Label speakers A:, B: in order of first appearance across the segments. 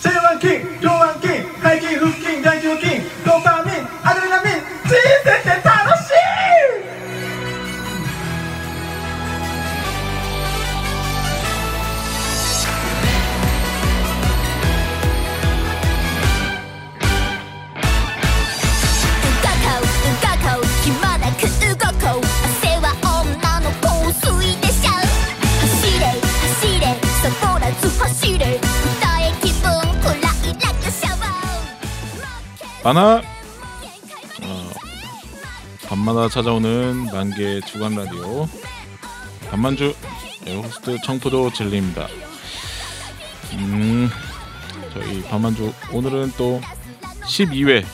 A: 제왕킹, 교왕킹, 갈기 후킹, 갈기 후킹, 도파민, 아드레날린, 지세테 타노시!
B: 우가카우 우가카우 기마다 그 우가카우 아세와 엄나노 고수이 대샤 하시레 하시레 서보라 주 하시레 나의 기분 콜라 이라크 샤워
C: 하나
B: 어.
C: 밤마다 찾아오는 만개 주간 라디오 밤만주 네, 에어호스트 청포도 진리입니다. 음 저희 밤만주 오늘은 또 12회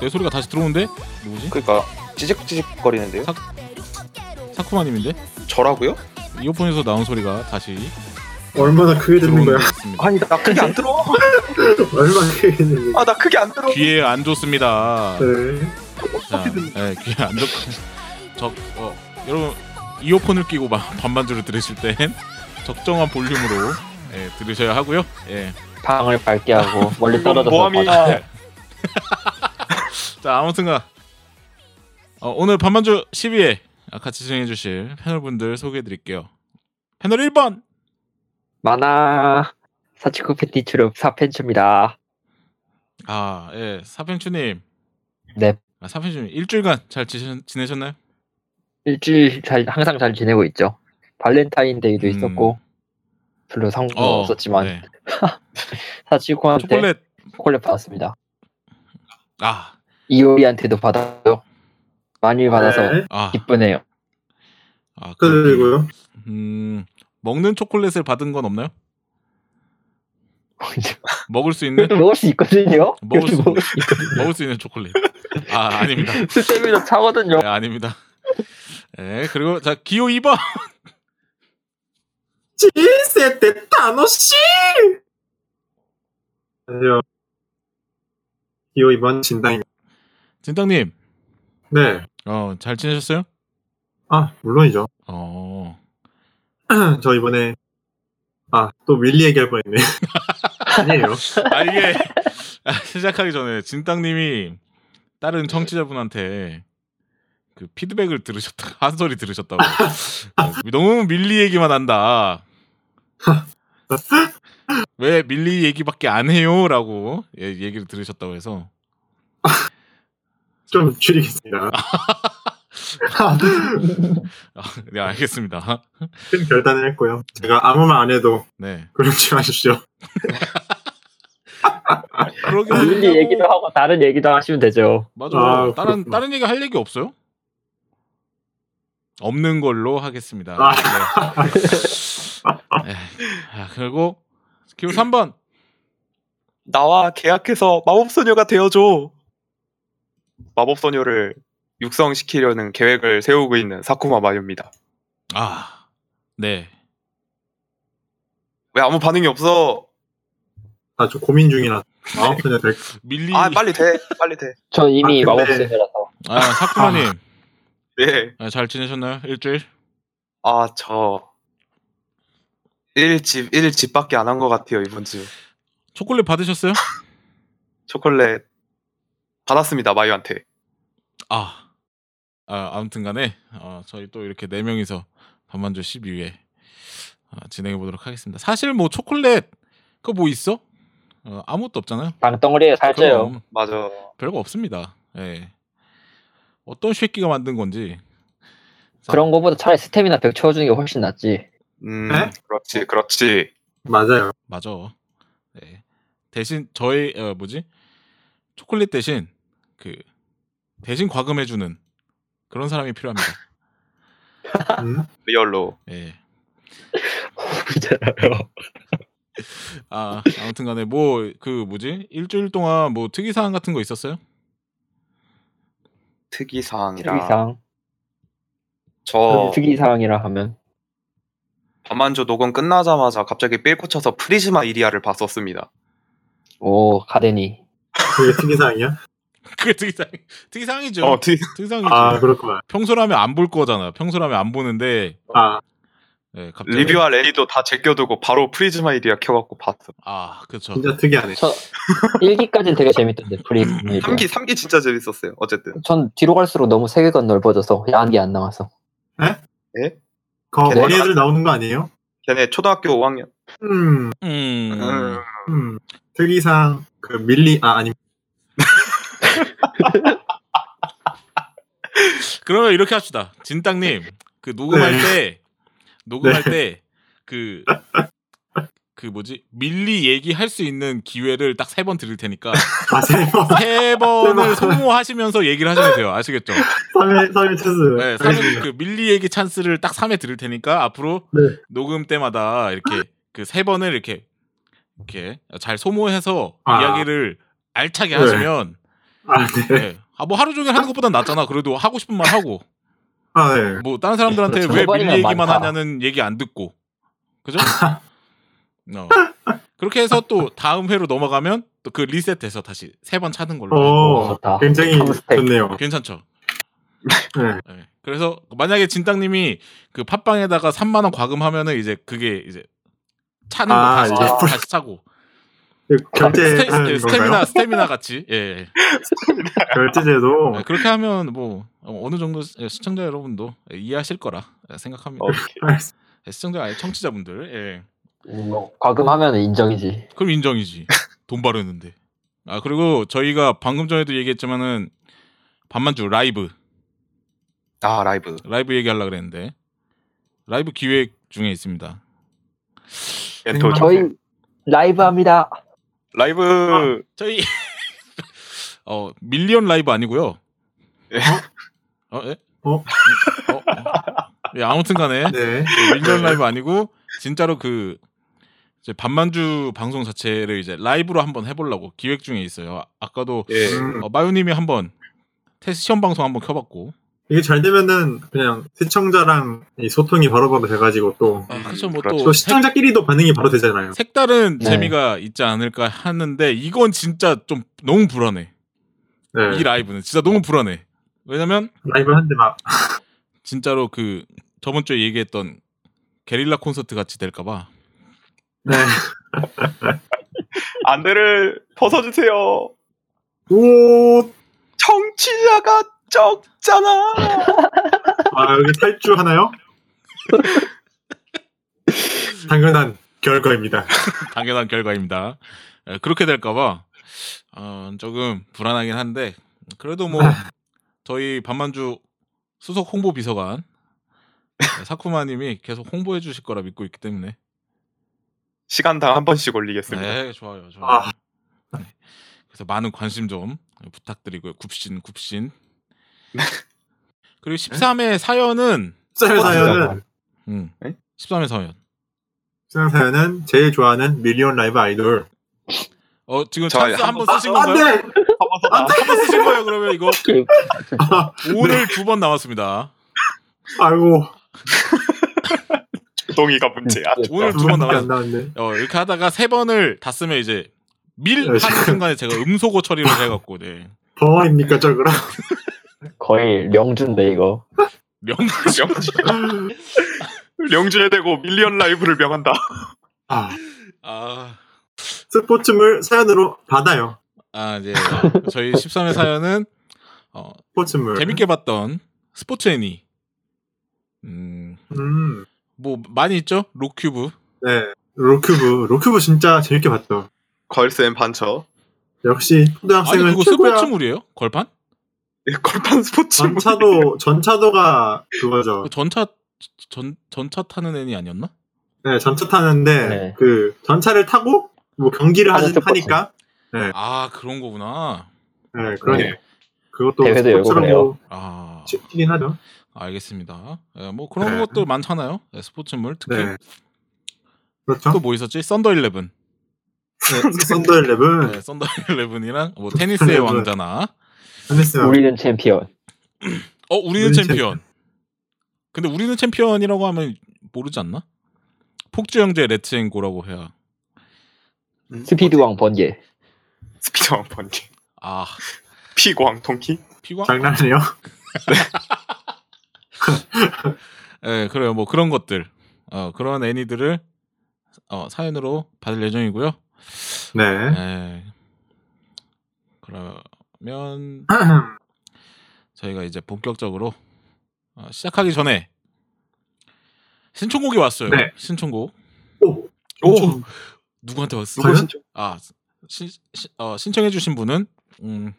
C: 내 소리가 다시 들어오는데 누구지?
D: 그러니까 찌직찌직 거리는데요.
C: 사- 사쿠마님인데
D: 저라고요?
C: 이어폰에서 나온 소리가 다시
E: 얼마나 크게 듣는 거야?
C: 들어오습니다
D: 아니 나 크게 안 들어.
E: 얼마나 크게 듣는 거야?
D: 아 나 크게 안 들어.
C: 귀에 안 좋습니다.
E: 네.
C: 자, 네, 귀에 안 좋고 적 어, 여러분 이어폰을 끼고 막 반반주를 들으실 땐 적정한 볼륨으로 예, 들으셔야 하고요. 예. 아, 네.
F: 방을 밝게 하고 멀리
D: 이건
F: 떨어져서
D: 모함이-
F: 봐주세요.
C: 자, 아무튼가 어, 오늘 반반주 12회 같이 진행해 주실 패널분들 소개해 드릴게요. 패널 1번
F: 만화 사치쿠 팬티 트룹 사펜츠입니다.
C: 아, 예. 사펜추님.
F: 네.
C: 아, 사펜추님 일주일간 잘 지내, 지내셨나요?
F: 일주일 잘 항상 잘 지내고 있죠. 발렌타인데이도
C: 음.
F: 있었고 별로 상관
C: 어,
F: 없었지만
C: 네.
F: 사치쿠한테 초콜릿.
C: 초콜릿
F: 받았습니다.
C: 아,
F: 이오리한테도 받았고요. 많이 받아서
E: 네.
C: 아,
F: 기쁘네요.
C: 아 그렇군요.
E: 그리고요.
C: 음, 먹는 초콜릿을 받은 건 없나요? 먹을 수 있는
F: 이것도 먹을 수 있거든요.
C: 먹을 수
F: 이것도
C: 있는
F: 먹을 수 있거든요.
C: 먹을 수 있는 초콜릿. 아 아닙니다.
F: 스테미도 차거든요.
C: 네, 아닙니다. 네, 그리고 자 기호 2번
E: 지세테 타노시! 안녕. 이호 이번 진당입니다.
C: 진땅님,
E: 네.
C: 어 잘 지내셨어요?
E: 아, 물론이죠.
C: 어,
E: 저 이번에, 아, 또 윌리 얘기할 뻔 했네. 아니에요.
C: 아 이게 아, 시작하기 전에 진땅님이 다른 청취자분한테 그 피드백을 들으셨다 한 소리 들으셨다고 어, 너무 밀리 얘기만 한다. 왜 밀리 얘기밖에 안 해요라고 예, 얘기를 들으셨다고 해서
E: 좀 줄이겠습니다.
C: 아, 네 알겠습니다.
E: 큰 결단을 했고요. 제가 아무 말 안 해도
C: 네.
E: 그러지 마십시오.
C: 그러게
F: 아, 밀리 얘기도 하고 다른 얘기도 하시면 되죠.
C: 맞아.
E: 아,
C: 다른
E: 그렇구나.
C: 다른 얘기 할 얘기 없어요? 없는 걸로 하겠습니다.
E: 아.
C: 네. 네. 아, 그리고 기호 3번
D: 나와 계약해서 마법소녀가 되어줘. 마법소녀를 육성시키려는 계획을 세우고 있는 사쿠마 마요입니다.
C: 아 네.
D: 왜 아무 반응이 없어?
E: 아, 저 고민 중이라. 마음 편해 될
C: 밀리
D: 아 빨리 돼, 빨리 돼.
F: 전 이미
E: 아, 근데-
F: 마법소녀라서
C: 아, 사쿠마님
D: 네.
C: 아, 잘 지내셨나요? 일주일?
D: 아저 1집 1집밖에 안 한 것 같아요 이번 주.
C: 초콜릿 받으셨어요?
D: 초콜릿 받았습니다 마유한테.
C: 아, 아 아무튼간에 어, 저희 또 이렇게 네 명이서 반만조 12회 어, 진행해 보도록 하겠습니다. 사실 뭐 초콜릿 그거 뭐 있어? 어, 아무것도 없잖아요.
F: 방덩어리에 살쪄요.
C: 그럼
D: 맞아.
C: 별거 없습니다. 예. 어떤 쉐끼가 만든 건지.
F: 그런 거보다 차라리 스테미나 100 채워주는 게 훨씬 낫지.
D: 음,
E: 네?
D: 그렇지, 그렇지.
E: 맞아요.
C: 맞아. 네. 대신 저희 어, 뭐지? 초콜릿 대신 그 대신 과금해 주는 그런 사람이 필요합니다.
E: 음?
D: 리얼로.
C: 예.
F: 그잖아요.
C: 아, 아무튼 간에 뭐 그 뭐지? 일주일 동안 뭐 특이 사항 같은 거 있었어요?
D: 특이사항이라. 어.
F: 특이상.
D: 저
F: 특이상이라 하면
D: 밤만조 녹음 끝나자마자 갑자기 삘 꽂혀서 프리즈마 이리아를 봤었습니다.
F: 오 가데니.
E: 그게 특이사항이야?
C: 그게 특이 사항. 특이 사항이죠.
D: 어, 특이
C: 특이 사항이죠.
E: 아, 그렇구만.
C: 평소라면 안 볼 거잖아. 평소라면 안 보는데
E: 아,
C: 네, 갑자기
D: 리뷰와 레리도 다 제껴두고 바로 프리즈마 이디아 켜갖고 봤어.
C: 아 그렇죠.
E: 진짜 특이하네.
F: 저 1기까지는 되게 재밌던데 프리즘.
D: 3기 3기 진짜 재밌었어요. 어쨌든
F: 전 뒤로 갈수록 너무 세계관 넓어져서 야한 게 안 나와서.
E: 거
D: 걔네-
E: 머리 애들 나오는 거 아니에요?
D: 걔네 초등학교 5학년.
E: 음,
C: 음.
D: 음.
E: 음. 특이상 그 밀리 아 아니
C: 그러면 이렇게 합시다. 진땅님 그 녹음할
E: 네.
C: 때 녹음할 때 그 그 뭐지 밀리 얘기할 수 있는 기회를 딱 세 번 드릴 테니까
E: 아세요?
C: 세 번을 소모하시면서 얘기를 하시면 돼요 아시겠죠?
E: 3회 3회 체스.
C: 네, 사실 그 밀리 얘기 찬스를 딱 3회 드릴 테니까 앞으로
E: 네.
C: 녹음 때마다 이렇게 그 세 번을 이렇게 이렇게 잘 소모해서
E: 아.
C: 이야기를 알차게
E: 네.
C: 하시면
E: 아 네.
C: 네. 아뭐 하루 종일 하는 것보단 낫잖아. 그래도 하고 싶은 말 하고
E: 아 네.
C: 뭐 다른 사람들한테
F: 그렇죠.
C: 왜 밀리
F: 해버리면
C: 얘기만
F: 많다.
C: 하냐는 얘기 안 듣고 그죠? 어. 그렇게 해서 또 다음 회로 넘어가면 또 그 리셋해서 다시 세 번 차는 걸로
E: 오,
F: 좋다.
E: 굉장히
F: 탐스택.
E: 좋네요.
C: 어, 괜찮죠?
E: 네.
C: 예. 그래서 만약에 진땅님이 그 팟빵에다가 3만 원 과금하면은 이제 그게 이제 차는 거
E: 아,
C: 다시,
E: 이제
C: 차- 다시 차고
E: 그 결제
C: 스테, 예, 스태미나 스태미나 같이 예, 예.
E: 결제제도.
C: 예, 그렇게 하면 뭐 어느 정도 시- 예, 시청자 여러분도 이해하실 거라 생각합니다.
D: 오케이.
C: 예, 시청자 아니 청취자분들 예.
F: 음, 뭐, 과금하면 인정이지.
C: 그럼 인정이지. 돈 바르는데. 아 그리고 저희가 방금 전에도 얘기했지만은 반만주 라이브
D: 아 라이브.
C: 라이브 얘기하려 고 그랬는데 라이브 기획 중에 있습니다.
D: 예, 또
F: 음, 저희 라이브 합니다.
D: 라이브
C: 저희 어 밀리언 라이브 아니고요.
D: 예.
C: 어? 예?
E: 어?
C: 어? 어? 예, 아무튼간에
E: 네.
C: 예, 밀리언 라이브 아니고 진짜로 그 이제 반만주 방송 자체를 이제 라이브로 한번 해보려고 기획 중에 있어요. 아- 아까도
D: 예.
E: 음,
C: 어, 마유님이 한번 테스트 시험 방송 한번 켜봤고
E: 이게 잘 되면은 그냥 시청자랑 이 소통이 바로바로 돼가지고 또,
C: 아, 그렇죠
D: 그렇죠.
C: 뭐또
E: 또 음, 시청자끼리도 반응이 바로 되잖아요.
C: 색다른
F: 네.
C: 재미가 있지 않을까 하는데 이건 진짜 좀 너무 불안해. 이
E: 네.
C: 라이브는 진짜 너무 불안해. 왜냐면
E: 라이브 한데 막
C: 진짜로 그 저번 주에 얘기했던 게릴라 콘서트 같이 될까봐
E: 네.
D: 안대를 벗어주세요.
E: 오,
D: 청취자가 적잖아.
E: 아 여기 탈주 하나요? 당연한 결과입니다.
C: 당연한 결과입니다. 에, 그렇게 될까봐 어, 조금 불안하긴 한데 그래도 뭐 저희 반만주 수석 홍보 비서관 에, 사쿠마님이 계속 홍보해 주실 거라 믿고 있기 때문에
D: 시간당 한 번씩 올리겠습니다.
C: 네 좋아요 좋아요.
E: 아.
C: 네. 그래서 많은 관심 좀 부탁드리고요. 굽신 굽신.
D: 네.
C: 그리고 13회 사연은
E: 짤 사연은
C: 음,
D: 에?
C: 13회 사연.
E: 짤 사연은 제일 좋아하는 밀리언 라이브 아이돌.
C: 어 지금
D: 저
C: 찬스
D: 한
C: 한번
E: 아,
C: 쓰신 건가요?
E: 안 돼!
D: 아,
C: 한번 쓰신 거예요 그러면 이거
E: 아,
C: 오늘 두 번 남았습니다.
E: 아이고
D: 동이가 문제야.
C: 오늘 아, 두 번
E: 두번밖에 안
C: 남았.
E: 네, 아, 나왔네.
C: 어 이렇게 하다가 세 번을 다 쓰면 이제 밀
E: 네,
C: 하는
E: 지금.
C: 순간에 제가 음소거 처리를 해갖고 네.
E: 범어입니까 저 그럼?
F: 거의 명주인데 이거.
C: 명
D: 명주. 명주에 대고 밀리언 라이브를 명한다.
E: 아
C: 아,
E: 스포츠물 사연으로 받아요.
C: 아 이제 저희 13회 사연은 어,
E: 스포츠물.
C: 재밌게 봤던 스포츠 애니. 음,
E: 음.
C: 뭐 많이 있죠? 로큐브.
E: 네. 로큐브. 로큐브 진짜 재밌게 봤죠.
D: 걸스 앤 판처.
E: 역시
C: 아니
E: 초등학생은
C: 그거
E: 최고야.
C: 스포츠물이에요? 걸판?
D: 예, 걸판 스포츠.
E: 전차도 전차도가 그거죠.
C: 그 전차 전 전차 타는 애니 아니었나?
E: 네, 전차 타는데
F: 네.
E: 그 전차를 타고 뭐 경기를
F: 하는
E: 하는
F: 스포츠.
E: 하니까
C: 아 그런 거구나.
E: 네, 그런
D: 네.
E: 그것도
F: 대회도 열고
E: 스포츠라고
F: 그래요.
C: 아
E: 치긴 하죠.
C: 알겠습니다. 예, 뭐 그런
E: 네.
C: 것들 많잖아요. 예, 스포츠물 특히
E: 네. 그렇죠.
C: 또 뭐 있었지? 썬더 일레븐,
E: 네, 썬더 일레븐,
C: 예, 썬더 일레븐이랑 뭐 테니스의
E: 일레븐.
C: 왕자나,
E: 하네스
F: 우리는 챔피언.
C: 어 우리는
E: 우리는
C: 챔피언. 근데 우리는 챔피언이라고 하면 모르지 않나? 폭주 형제 레츠앤고라고 해야.
F: 스피드왕 번개.
D: 스피드왕 번개.
C: 아
D: 피광 통키.
C: 피광?
E: 장난이에요.
C: 예, 그래요. 뭐 그런 것들. 어, 그런 애니들을 어, 사연으로 받을 예정이고요.
E: 네.
C: 네. 그러면 저희가 이제 본격적으로 어, 시작하기 전에 신청곡이 왔어요.
E: 네.
C: 신청곡.
E: 오!
C: 오! 누구한테 왔어?
E: 과연 좀-
C: 아, 신, 신- 어, 신청해주신 분은 음,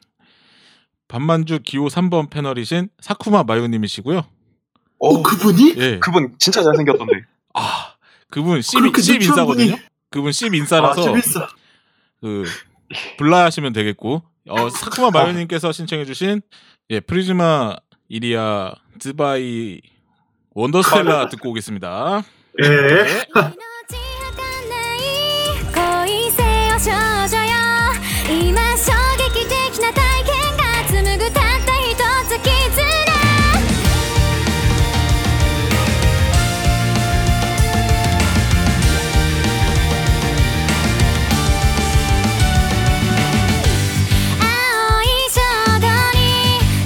C: 반만주 기호 3번 패널이신 사쿠마 마요님이시고요.
E: 오, 그분이?
C: 예.
D: 그분 진짜 잘생겼던데.
C: 아, 그분 씹,
E: 그렇게
C: 씹
E: 유치한
C: 인싸거든요.
E: 분이-
C: 그분 씹
E: 아,
C: 인싸라서
E: 재밌어.
C: 그 불라하시면 되겠고 어, 사쿠마 마요님께서 신청해주신 예 프리즈마 이리아 드바이 원더스텔라 듣고 오겠습니다. 네.
E: 예.
B: 命儚い恋せよ少女よ今衝撃的な体験が紡ぐたった一つ絆青い衝動に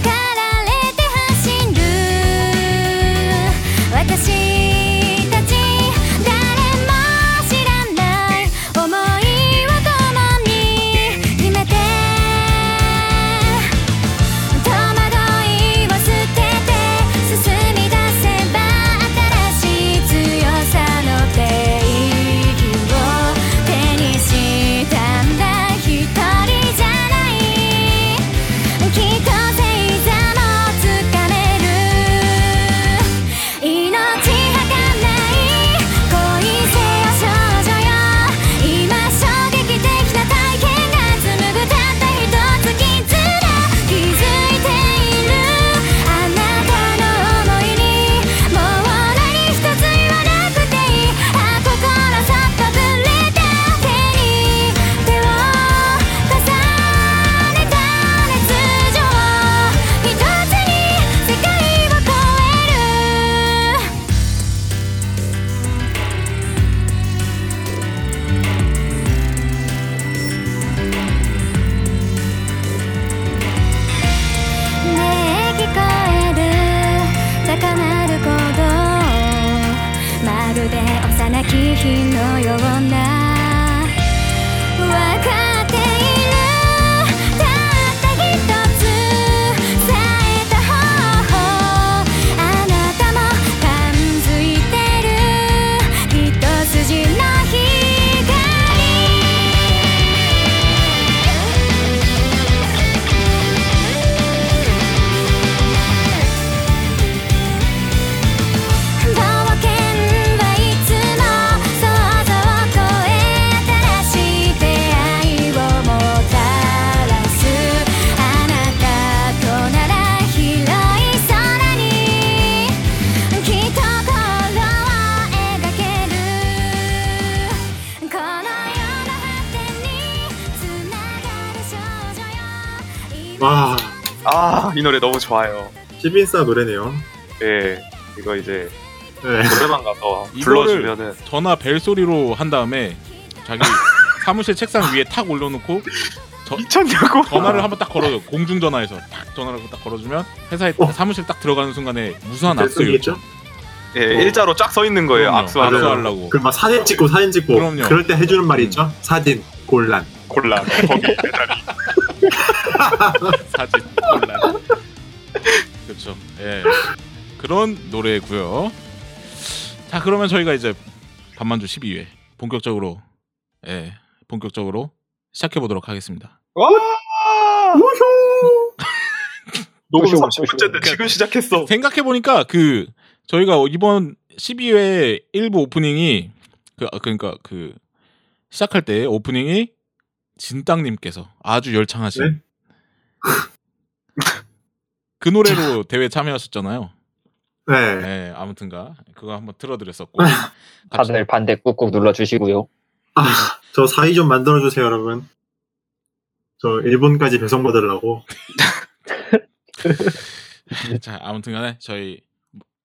B: 駆られて走る私たち誰も知らない想いを共に秘めて戸惑いを捨てて進み出せば新しい強さの定義を手にしたんだ一人じゃないきっと星座もつかめる命はかない恋せよ少女よ今衝撃的な体験が紡ぐたった一つ絆気づいているあなたの想いにもう何一つ言わなくていいあ心さっとぶれた手に手を重ねた熱情一つに世界を超えるねえ聞こえる高鳴る鼓動まるで幼き日のような分かっているたった一つさえた方法あなたも感づいてる一筋の光「冒険はいつも想像を超え新しい出会いをもたらす」「あなたとなら広い空にきっと心を描ける」「この世の果てにつながる少女よ」
E: 와,
D: 아, 이 노래 너무 좋아요.
E: 시빈싸 노래네요.
D: 예. 이거 이제
E: 네.
D: 노래방 가서
C: 이거를-
D: 불러주면은
C: 전화 벨 소리로 한 다음에 자기 사무실 책상 위에 탁 올려놓고
D: 미쳤냐고.
C: 전화를 한번 딱 걸어요. 공중 전화에서 딱 전화를 한번 딱 걸어주면 회사에
E: 어.
C: 사무실 딱 들어가는 순간에 무수한
E: 벨
C: 악수 요청.
E: 소리겠죠?
D: 예, 일자로 쫙 서 있는 어, 거예요.
C: 그럼요.
D: 악수하는
C: 악수하는
D: 거.
C: 악수하려고.
E: 그막 사진 찍고 사진 찍고.
C: 그럼요.
E: 그럴 때 해주는 말이
C: 음.
E: 있죠? 사진, 곤란.
D: 곤란. 거기 대단히.
C: 사진 곤란. 그렇죠. 예. 그런 노래고요. 자, 그러면 저희가 이제 반만주 12회 본격적으로 예, 본격적으로 시작해 보도록 하겠습니다.
D: 와! 녹음
F: 오쇼,
D: 30분째인데 지금 시작했어.
C: 생각해 보니까 그 저희가 이번 12회 일부 오프닝이 그 아, 그러니까 그 시작할 때 오프닝이 진땅님께서 아주 열창하신
E: 네?
C: 그 노래로 대회 참여하셨잖아요.
E: 네.
C: 네, 아무튼가 그거 한번 틀어드렸었고 같이-
F: 다들 반대 꾹꾹 눌러주시고요.
E: 아, 저 사이 좀 만들어주세요, 여러분. 저 일본까지 배송받으려고.
C: 자 아무튼간에 저희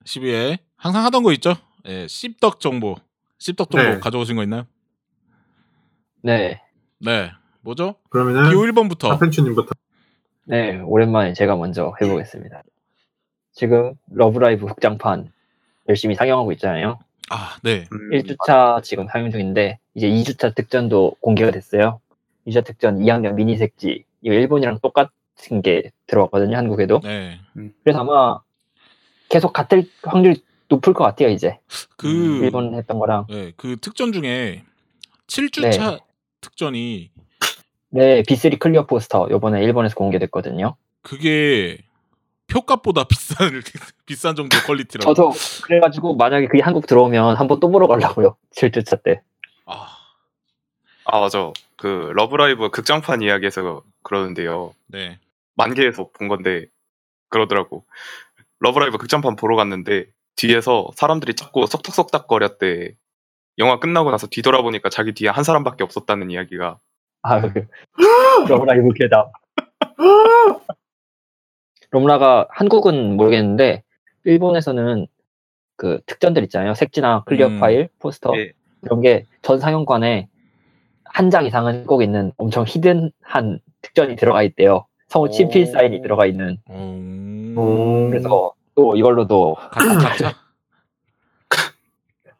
C: 12회 항상 하던 거 있죠? 예, 씹덕 정보, 씹덕 정보
E: 네.
C: 가져오신 거 있나요?
F: 네.
C: 네, 뭐죠?
E: 그러면은
C: 기호 1번부터
E: 사펜추님부터.
F: 네. 오랜만에 제가 먼저 해보겠습니다. 지금 러브라이브 극장판 열심히 상영하고 있잖아요.
C: 아, 네.
D: 음,
F: 1주차 지금 사용 중인데 이제 2주차 득전도 공개가 됐어요. 2주차 득전 2학년 미니 색지 이거 일본이랑 똑같은 게 들어왔거든요 한국에도.
C: 네.
F: 그래서 아마 계속 같을 확률이 높을 것 같아요 이제
C: 그
F: 음, 일본 했던 거랑.
C: 네, 그 특전 중에 7주차 특전이
F: 네 B3 클리어 포스터 요번에 일본에서 공개됐거든요.
C: 그게 표값보다 비싼 비싼 정도 퀄리티라고.
F: 저도 그래가지고 만약에 그게 한국 들어오면 한번 또 보러 가려고요 7주차 때.
C: 아,
D: 아 맞아. 그 러브라이브 극장판 이야기에서 그러는데요.
C: 네.
D: 만개에서 본 건데 그러더라고. 러브라이브 극장판 보러 갔는데 뒤에서 사람들이 자꾸 석탁석탁거렸대. 영화 끝나고 나서 뒤돌아보니까 자기 뒤에 한 사람밖에 없었다는 이야기가
F: 아, 그, 러브라이브 괴담. 롬라가 한국은 모르겠는데 일본에서는 그 특전들 있잖아요. 색지나 클리어
C: 음.
F: 파일, 포스터
D: 예.
F: 이런 게 전 상영관에 한 장 이상은 꼭 있는 엄청 히든한 특전이 들어가 있대요. 성우 친필 사인이 들어가 있는.
C: 오.
E: 오.
F: 그래서 또 이걸로도
C: 가짜.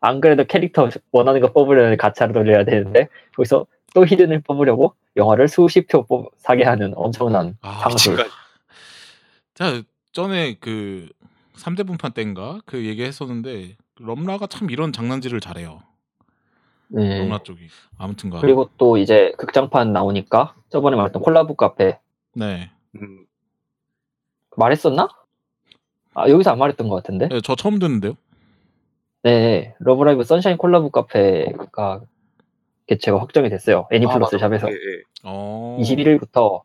F: 안 그래도 캐릭터 원하는 거 뽑으려면 가차를 돌려야 되는데 거기서 또 히든을 뽑으려고 영화를 수십 표 뽑, 사게 하는 엄청난
C: 아,
F: 상술.
D: 미친가.
C: 자, 전에 그 3대 분판 때인가 그 얘기했었는데 럼라가 참 이런 장난질을 잘해요.
F: 네.
C: 럼라 쪽이.
D: 네.
C: 아무튼가.
F: 그리고 또 이제 극장판 나오니까 저번에 말했던 콜라보 카페
C: 네.
D: 음,
F: 말했었나? 아 여기서 안 말했던 것 같은데.
C: 네, 저 처음 듣는데요.
F: 네, 러브라이브 선샤인 콜라보 카페가 개최가 확정이 됐어요. 애니플러스
D: 아, 맞아.
F: 샵에서
D: 예, 예.
C: 어.
F: 21일부터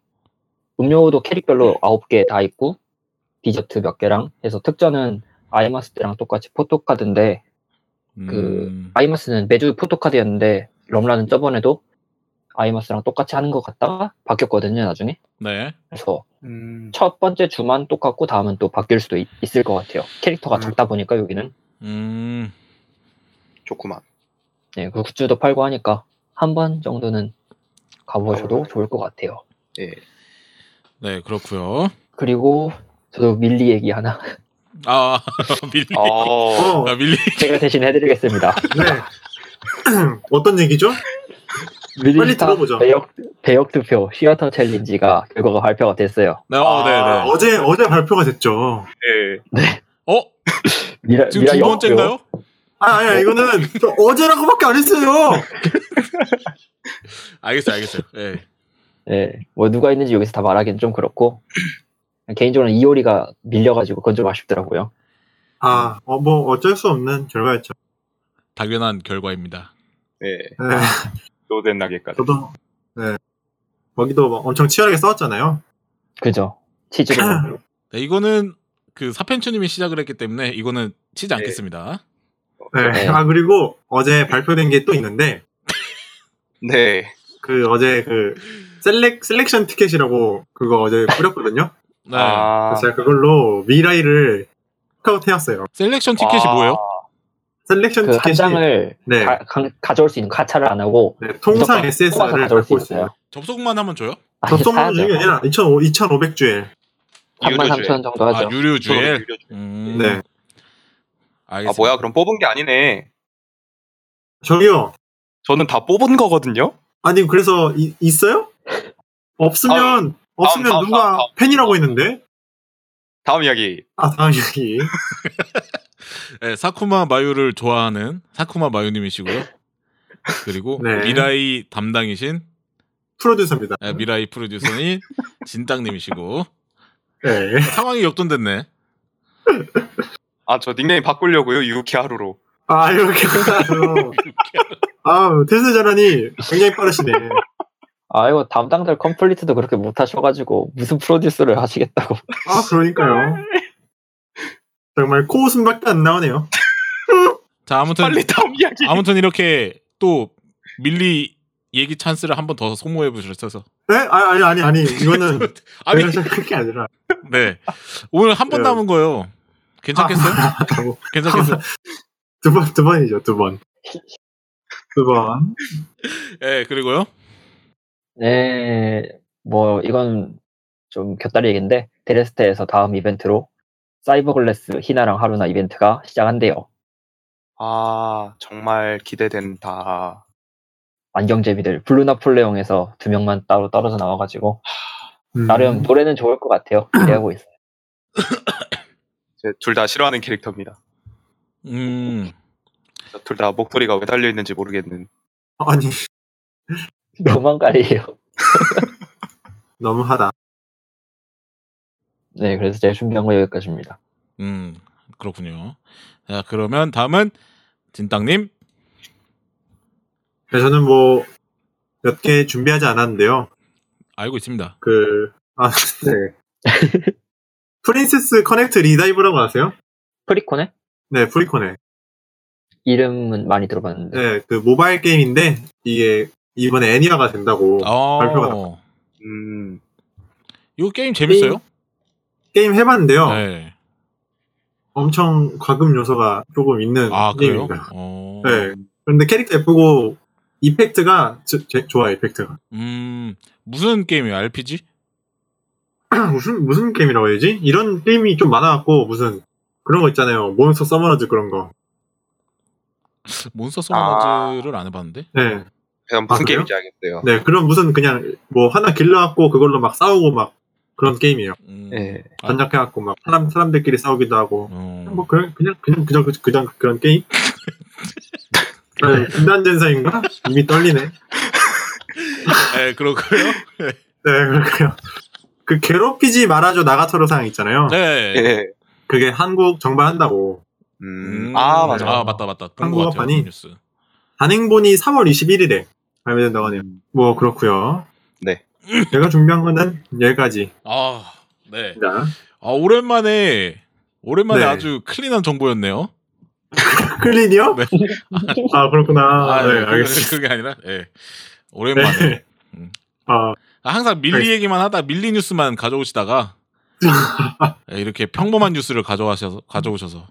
F: 음료도
D: 네.
F: 캐릭별로 9개 다 있고 디저트 몇 개랑 해서 특전은 아이마스 때랑 똑같이 포토카드인데 그
C: 음.
F: 아이마스는 매주 포토카드였는데 럼라는 저번에도 아이마스랑 똑같이 하는 것 같다가 바뀌었거든요 나중에.
C: 네.
F: 그래서
D: 음,
F: 첫 번째 주만 똑같고 다음은 또 바뀔 수도 있, 을것 같아요. 캐릭터가
D: 음.
F: 작다 보니까 여기는
C: 음.
D: 좋구만.
F: 네, 그 굿즈도 팔고 하니까 한 번 정도는 가보셔도 좋을 것 같아요.
D: 예.
C: 네, 그렇고요.
F: 그리고 저도 밀리 얘기 하나
C: 아, 밀리.
D: 어,
E: 어,
C: 아, 밀리.
F: 제가 대신 해드리겠습니다.
E: 네. 어떤 얘기죠?
F: 밀리
E: 빨리
F: 스타
E: 들어보자.
F: 배역 배역 투표 시어터 챌린지가 결과가 발표가 됐어요.
C: 네, 어, 네,
D: 아,
C: 네.
E: 어제 어제 발표가 됐죠.
D: 예.
C: 어?
F: 미라,
C: 지금 두
F: 미라
C: 번째인가요?
E: 아, 아니, 이거는 저 어제라고밖에 안 했어요.
C: 알겠어요, 알겠어요. 예.
F: 네, 뭐 누가 있는지 여기서 다 말하기는 좀 그렇고 개인적으로 는 이효리가 밀려가지고 그건 좀 아쉽더라고요.
E: 아, 어, 뭐 어쩔 수 없는 결과였죠.
C: 당연한 결과입니다.
D: 예.
E: 네,
D: 노된 나게까지.
E: 저도 네. 거기도 막 엄청 치열하게 싸웠잖아요.
F: 그죠? 치즈로
C: 네, 이거는 그 사펜츄님이 시작을 했기 때문에 이거는 치지 않겠습니다.
E: 네.
F: 네.
E: 아 그리고 어제 발표된 게 또 있는데
D: 네.
E: 그 어제 그 셀렉 셀렉션 티켓이라고 그거 어제 뿌렸거든요.
C: 네.
D: 아,
E: 그래서 제가 그걸로 미라이를 스카우트 해왔어요.
C: 셀렉션 티켓이
D: 아,
C: 뭐예요?
E: 셀렉션
F: 그 한
E: 티켓이
F: 장을
E: 네.
F: 가, 져올수 있는 가차를 안 하고
E: 네, 통상
F: 무조건 뽑아서
E: SSR을
F: 가져올 수
E: 갖고
F: 있어요.
E: 있어요.
C: 접속만 하면 줘요?
F: 아, 이제 사야
E: 접속만 중이
F: 돼요.
E: 아니라 2,500주에.
F: 33,000원 정도 하죠.
C: 아, 유료 주엘?
D: 유료 주엘.
C: 음,
E: 네.
D: 아,
C: 알겠습니다.
D: 뭐야, 그럼 뽑은 게 아니네.
E: 저기요.
D: 저는 다 뽑은 거거든요?
E: 아니 그래서 이- 있어요? 없으면
D: 아, 다음,
E: 없으면
D: 다음,
E: 누가
D: 다음, 다음.
E: 팬이라고 했는데?
D: 다음 이야기.
E: 아 다음 이야기.
C: 네, 사쿠마 마유를 좋아하는 사쿠마 마유님이시고요. 그리고
E: 네.
C: 미라이 담당이신
E: 프로듀서입니다.
C: 네, 미라이 프로듀서인 진땅님이시고
E: 네.
C: 상황이 역전됐네.
D: 아, 저 닉네임 바꾸려고요, 유키 하루로.
E: 아 이렇게 끝나요. 아 테슬 자라니 굉장히 빠르시네.
F: 아, 이거 담당들 컴플리트도 그렇게 못하셔가지고 무슨 프로듀스를 하시겠다고.
E: 아 그러니까요. 정말 코 웃음밖에 안 나오네요.
C: 자, 아무튼
D: 빨리 다음 이야기.
C: 아무튼 이렇게 또 밀리 얘기 찬스를 한 번 더 소모해 보셔서
E: 네? 아, 아니 아니 아니 이거는
C: 아니
E: 내가 생각한 게 아니라
C: 네 오늘 한 번 남은 거예요. 괜찮겠어요? 괜찮겠어요?
E: 두 번 두 번이죠 두 번. 두 번.
C: 예 그리고요.
F: 네, 뭐, 이건 좀 곁다리 얘기인데, 데레스테에서 다음 이벤트로 사이버글래스 히나랑 하루나 이벤트가 시작한대요.
D: 아 정말 기대된다.
F: 안경제비들 블루나폴레옹에서 두 명만 따로 떨어져 나와가지고
E: 음.
F: 나름 노래는 좋을 것 같아요. 기대하고 있어요.
D: 둘 다 싫어하는 캐릭터입니다.
C: 음.
D: 둘 다 목소리가 왜 달려 있는지 모르겠는.
E: 아니
F: 도망가리예요.
E: 너무하다.
F: 네, 그래서 제가 준비한 거 여기까지입니다.
C: 음, 그렇군요. 자, 그러면 다음은 진땅님.
E: 그래서 저는 뭐 몇 개 준비하지 않았는데요.
C: 알고 있습니다.
E: 그 아, 네. 프린세스 커넥트 리다이브라고 아세요?
F: 프리코네?
E: 네, 프리코네.
F: 이름은 많이 들어봤는데
E: 네, 그 모바일 게임인데 이게 이번에 애니화가 된다고 발표가
C: 어.
D: 음,
C: 이거 게임 재밌어요?
E: 게임 해봤는데요.
C: 네.
E: 엄청 과금 요소가 조금 있는
C: 아, 그래요?
E: 게임입니다.
C: 어.
E: 네, 그런데 캐릭터 예쁘고 이펙트가 저- 제- 좋아요. 이펙트가
C: 음, 무슨 게임이에요? RPG?
E: 무슨 무슨 게임이라고 해야지? 이런 게임이 좀 많아갖고 무슨 그런 거 있잖아요. 몬스터 서머너즈 그런 거.
C: 몬스터
D: 아.
C: 소머너즈를 안 해봤는데?
E: 네,
D: 그냥 무슨
E: 아, 그래요?
D: 게임인지 알겠어요.
E: 네 그런 무슨 그냥 뭐 하나 길러갖고 그걸로 막 싸우고 막 그런 게임이에요.
C: 음,
D: 예.
E: 네.
C: 아.
E: 전작해갖고 막 사람 사람들끼리 싸우기도 하고
C: 어.
E: 뭐 그냥 그냥 그냥 그냥 그냥, 그냥 그런 게임? 네, 분단전사인가? 이미 떨리네. 네,
C: 네, 그렇고요.
E: 그렇고요. 그 괴롭히지 말아줘 나가토로상 있잖아요.
C: 네.
D: 예.
E: 그게 한국 정발한다고.
D: 음, 아 맞아.
C: 아, 맞다, 맞다. 본것
E: 한국
C: 같아요.
E: 아빠니?
C: 뉴스.
E: 단행본이 3월 21일에 발매된다고 하네요. 뭐 그렇고요.
D: 네.
E: 제가 준비한 거는 여기까지입니다.
C: 아, 네. 아, 오랜만에, 오랜만에
E: 네.
C: 아주 클린한 정보였네요.
E: 클린이요?
C: 네.
E: 아 그렇구나.
C: 아,
E: 네,
C: 그-
E: 알겠습니다.
C: 그게 아니라, 예. 오랜만에.
E: 네.
C: 음.
E: 아,
C: 아, 항상 밀리 얘기만 하다 밀리 뉴스만 가져오시다가 예, 이렇게 평범한 뉴스를 가져와셔서 가져오셔서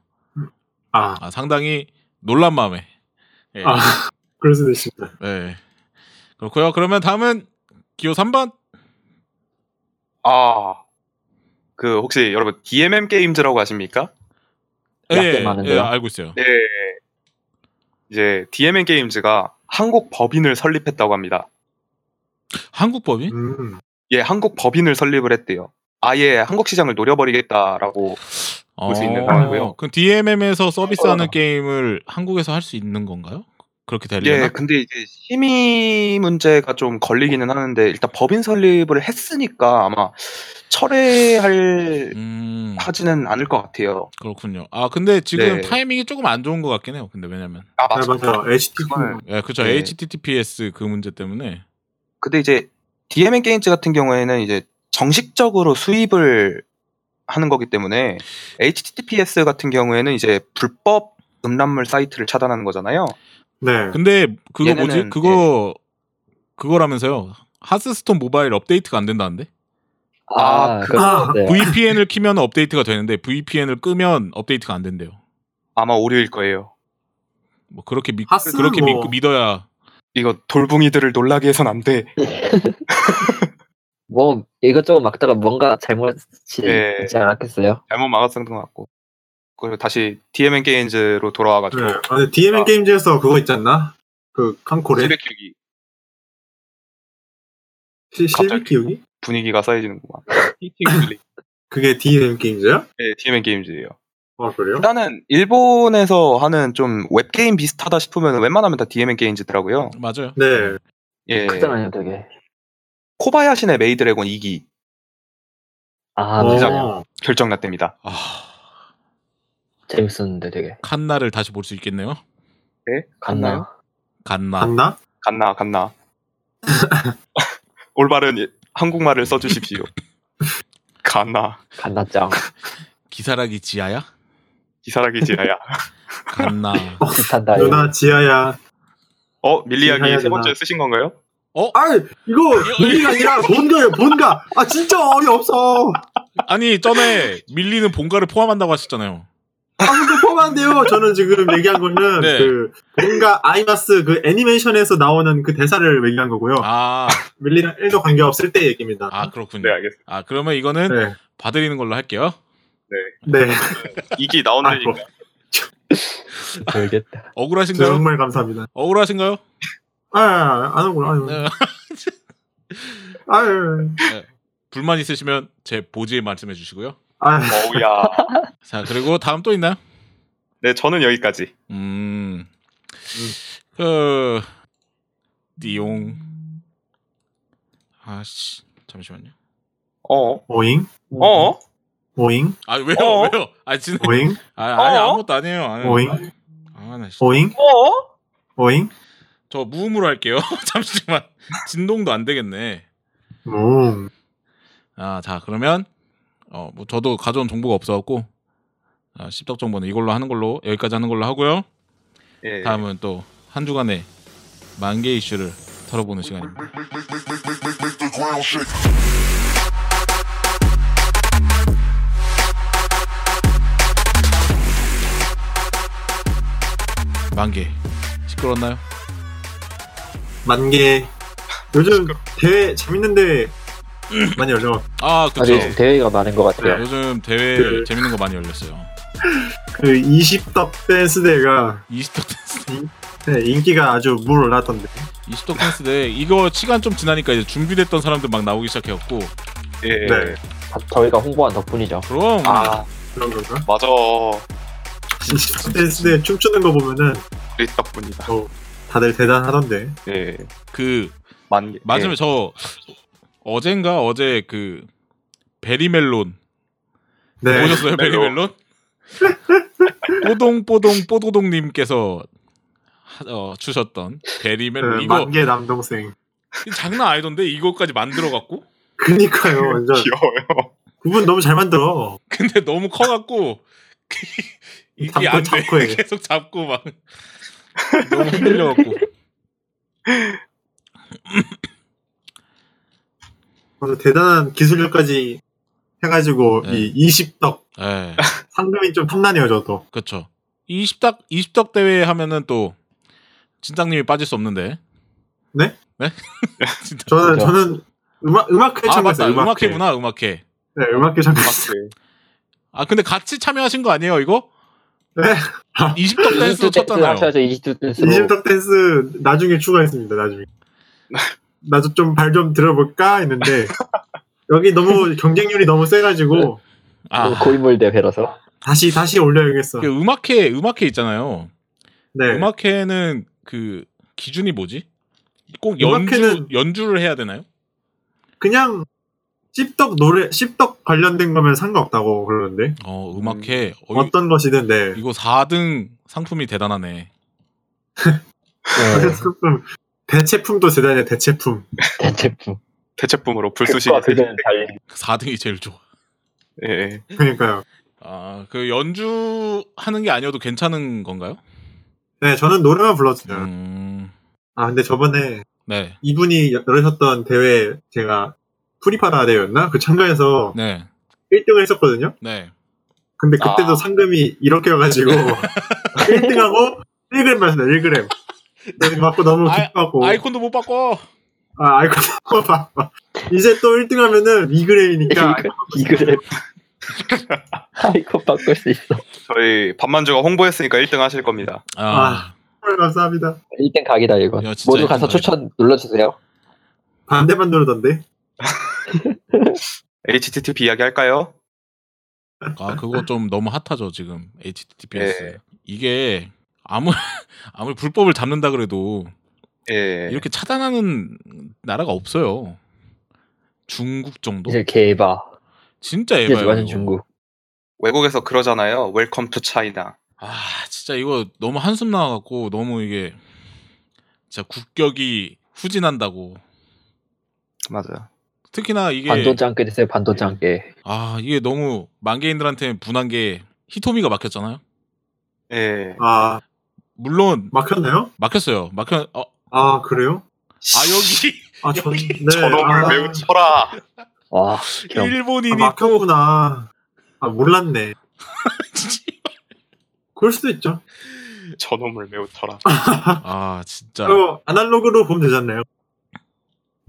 E: 아,
C: 아, 상당히 놀란 마음에 예,
E: 아, 그럴 수도 있습니다.
C: 예. 그렇고요. 그러면 다음은 기호 3번
D: 아. 그 혹시 여러분 DMM 게임즈라고 아십니까?
F: 약대
C: 예,
F: 많은데요?
C: 예, 알고 있어요.
D: 네. 이제 DMM 게임즈가 한국 법인을 설립했다고 합니다.
C: 한국 법인?
E: 음,
D: 예, 한국 법인을 설립을 했대요. 아예 한국 시장을 노려버리겠다라고. 볼수 있는 상황이고요.
C: 어. 그럼 DMM에서 서비스하는
F: 어.
C: 게임을 한국에서 할 수 있는 건가요? 그렇게 되려나?
D: 예, 근데 이제 심의 문제가 좀 걸리기는 하는데 일단 법인 설립을 했으니까 아마 철회할
C: 음,
D: 하지는 않을 것 같아요.
C: 그렇군요. 아, 근데 지금
D: 네.
C: 타이밍이 조금 안 좋은 것 같긴 해요. 근데 왜냐면
D: 아
E: 아, 맞아요. HTTP.
D: 그걸-
C: 예, 그렇죠.
D: 네.
C: HTTPS 그 문제 때문에
D: 근데 이제 DMM 게임즈 같은 경우에는 이제 정식적으로 수입을 하는 거기 때문에 HTTPS 같은 경우에는 이제 불법 음란물 사이트를 차단하는 거잖아요.
E: 네.
C: 근데 그거
D: 얘네는, 네.
C: 뭐지? 그거 그거라면서요. 하스스톤 모바일 업데이트가 안 된다는데?
D: 네. 아, 그-
E: 아,
F: 네.
C: VPN을 키면 업데이트가 되는데 VPN을 끄면 업데이트가 안 된대요.
D: 아마 오류일 거예요.
C: 뭐 그렇게 믿
E: 하스
C: 그렇게
E: 뭐-
C: 믿, 믿어야
D: 이거 돌붕이들을 놀라게 해선 안 돼.
F: 뭐 이것저것 막다가 뭔가 잘못이
C: 네.
D: 예.
F: 있지 않았겠어요?
D: 잘못 막았던 것 같고. 그리고 다시 DMM 게임즈로 돌아와가지고
E: 네. 아, 근데 DMM
D: 아.
E: 게임즈에서 그거 있지 않나? 그 칸코레
D: 수백 기기
E: 시- 실비
D: 갑자기.
E: 키우기?
D: 분위기가 쌓여지는구만. 히팅글리.
E: 그게 DMM 게임즈야?
D: 네, DMM 게임즈예요.
E: 아 그래요?
D: 일단은 일본에서 하는 좀 웹게임 비슷하다 싶으면 웬만하면 다 DMM 게임즈더라고요.
C: 맞아요.
E: 네.
D: 예.
F: 크잖아요, 되게.
D: 코바야신의 메이드래곤 2기
F: 아,
E: 어,
F: 맞아요.
D: 결정났답니다.
C: 아,
F: 재밌었는데 되게.
C: 칸나를 다시 볼 수 있겠네요.
D: 네?
F: 갔나요?
C: 칸나.
E: 봤나?
D: 갔나, 갔나. 올바른 예- 한국말을 써주십시오. 갔나.
F: 갔나짱.
C: 기사라기 지하야?
D: 기사라기 지하야.
C: 칸나.
F: 비슷한다.
E: 누나 지아야.
D: 어, 밀리야기 세
E: 지하야구나.
D: 번째 쓰신 건가요?
E: 아 이거 우리가 아니라 뭔가요 뭔가. 아 진짜 어이 없어.
C: 아니 전에 밀리는 본가를 포함한다고 하셨잖아요.
E: 아무도 포함한데요. 저는 지금 얘기한 거는
C: 네.
E: 그 뭔가 아이마스 그 애니메이션에서 나오는 그 대사를 얘기한 거고요.
C: 아,
E: 밀리랑 1도 관계 없을 때 얘기입니다.
C: 아 그렇군요.
D: 네, 알겠습니다.
C: 아 그러면 이거는
E: 네.
C: 봐드리는 걸로 할게요.
E: 네.
D: 아,
E: 아,
D: 2기 나온다니까.
E: 아이고.
F: 돌겠다.
C: 억울하신가요?
E: 정말 감사합니다.
C: 억울하신가요?
E: 아, 안 하고, 아유.
C: 네.
E: 아유.
C: 불만 있으시면 제 보지에 말씀해 주시고요.
E: 아유.
D: 어우야.
C: 자 그리고 다음 또 있나요?
D: 네, 저는 여기까지.
C: 음. 그 니용 아씨 잠시만요.
D: 어?
E: 오잉?
D: 어?
E: 오잉?
C: 아 왜요
D: 어?
C: 왜요? 아 진짜
E: 오잉?
C: 아 아니
D: 어?
C: 아무것도 아니에요. 아니,
E: 오잉?
C: 아나 진짜
E: 오잉?
D: 어?
E: 오잉?
C: 저 무음으로 할게요. 잠시만 진동도 안 되겠네.
E: 오.
C: 아 자 그러면 어뭐 저도 가져온 정보가 없어갖고 아, 십덕 정보는 이걸로 하는 걸로 여기까지 하는 걸로 하고요.
D: 예.
E: 아,
C: 다음은 또 한 주간의 만개 이슈를 털어보는 시간입니다. 만개 시끄럽나요?
E: 만개. 요즘 대회 재밌는데
C: 음.
E: 많이 열려.
C: 아
F: 아주
C: 그렇죠.
F: 요즘 대회가 많은 것 같아요.
C: 요즘 대회
E: 그-
C: 재밌는 거 많이 열렸어요.
E: 그 20덕 댄스 대회가
C: 20덕 댄스
E: 네, 인기가 아주 물 올랐던데.
C: 20덕 댄스 대 이거 시간 좀 지나니까 이제 준비됐던 사람들 막 나오기 시작했고
D: 예.
E: 네.
F: 다- 저희가 홍보한 덕분이죠.
C: 그럼
D: 아,
E: 그런 건가?
D: 맞아.
E: 20덕 댄스 대회 춤추는 거 보면은
D: 우리 덕분이다.
E: 다들 대단하던데.
D: 예.
C: 그
D: 만 예.
C: 맞으면 저 어젠가 어제 그 베리멜론
E: 네.
C: 보셨어요 베리멜론? 뽀동 뽀동 뽀도동님께서 하- 어, 주셨던 베리멜론
E: 그
C: 이거
E: 만개 남동생.
C: 그 장난 아니던데 이거까지 만들어 갖고
E: 그니까요, 완전.
D: 귀여워요.
E: 그분 너무 잘 만들어.
C: 근데 너무 커 갖고 이게
E: 잡고
C: 안 돼.
E: 잡고 해.
C: 계속 잡고 막 너무 흔들려 갖고
E: 아주 대단한 기술력까지 해가지고
C: 네.
E: 이 20덕
C: 예.
E: 상금이 좀 탐나네요, 저도.
C: 그렇죠. 20덕 20덕 대회 하면은 또 진장님이 빠질 수 없는데.
E: 네?
C: 네? 진짜.
E: 저는
F: 그죠.
E: 저는 음악 음악회
C: 아
E: 참가했어요.
C: 맞다. 음악회구나 음악회.
E: 네, 음악회 참가했어요.
D: 맞지.
C: 아 근데 같이 참여하신 거 아니에요 이거?
E: 네.
C: 20덕 댄스로 쳤잖아요.
F: 하셔야죠. 이집트 댄스로. 그
E: 이심덕 댄스 나중에 추가했습니다. 나중에. 나도 좀 발 좀 들어볼까 했는데 여기 너무 경쟁률이 너무 세가지고
C: 아
E: 그
F: 고인물 대회라서.
E: 다시 다시 올려야겠어.
C: 그 음악회 음악회 있잖아요.
E: 네.
C: 음악회는 그 기준이 뭐지? 꼭 연주
E: 음악회는-
C: 연주를 해야 되나요?
E: 그냥 씹덕 노래 씹덕 관련된 거면 상관없다고 그러는데
C: 어 음악회 어, 이-
E: 어떤 것이든 네.
C: 이거 4등 상품이 대단하네.
F: 네.
E: 제품, 대체품도 대단해 대체품.
C: 음.
F: 대체품.
D: 대체품으로 불쏘시기.
F: 그과 그는 달리.
C: 4등이 제일 좋아.
D: 예, 예.
E: 그러니까요.
C: 아그 연주 하는 게 아니어도 괜찮은 건가요?
E: 네, 저는 노래만 불렀어요.
C: 음.
E: 아 근데 저번에
C: 네.
E: 이분이 열으셨던 대회 제가 프리파라 대회였나? 그 참가해서
C: 네.
E: 1등을 했었거든요.
C: 네.
E: 근데 그때도
D: 아.
E: 상금이 이렇게 와가지고 1등하고 1g 받았어요. 1g. 그래서 맞고 너무
C: 아이-
E: 기뻐하고 아,
C: 아이콘도 못 바꿔.
E: 아이콘 봐 이제 또 1등하면은 2g이니까
F: 이그랩. 아이콘 바꿀 수 있어.
D: 저희 반만주가 홍보했으니까 1등 하실 겁니다.
C: 아.
E: 감사합니다.
F: 1등 각이다 이건.
C: 야, 진짜
F: 모두
C: 일등
F: 가서
C: 각이다.
F: 추천 눌러주세요.
E: 반대만 누르던데.
D: HTTP 이야기 할까요?
C: 아 그거 좀 너무 핫하죠 지금 HTTPS
E: 네.
D: 예.
C: 이게 아무 아무리 불법을 잡는다 그래도
F: 네.
D: 예.
C: 이렇게 차단하는 나라가 없어요. 중국 정도?
F: 이제 개바.
C: 진짜
F: 이제
C: 에바예요.
F: 완전
C: 이거.
F: 중국.
D: 외국에서 그러잖아요. 웰컴 투 차이나.
C: 아 진짜 이거 너무 한숨 나와갖고 너무 이게 진짜 국격이 후진한다고
D: 맞아요.
C: 특히나 이게
F: 반도짱깨 됐어요. 반도짱깨.
C: 아 이게 너무 만개인들한테 분한 게 히토미가 막혔잖아요.
D: 예.
E: 아
C: 물론
E: 막혔나요?
C: 막혔어요. 막혔 어, 아
E: 아 그래요?
C: 여기
E: 아 전, 네,
D: 저놈을
E: 아,
D: 매우 쳐라.
F: 와. 그럼.
E: 아,
C: 일본인이
E: 막혔구나. 아 몰랐네. 그럴 수도 있죠.
D: 저놈을 매우 쳐라.
C: 아 진짜
E: 그리고 아날로그로 보면 되지 않나요?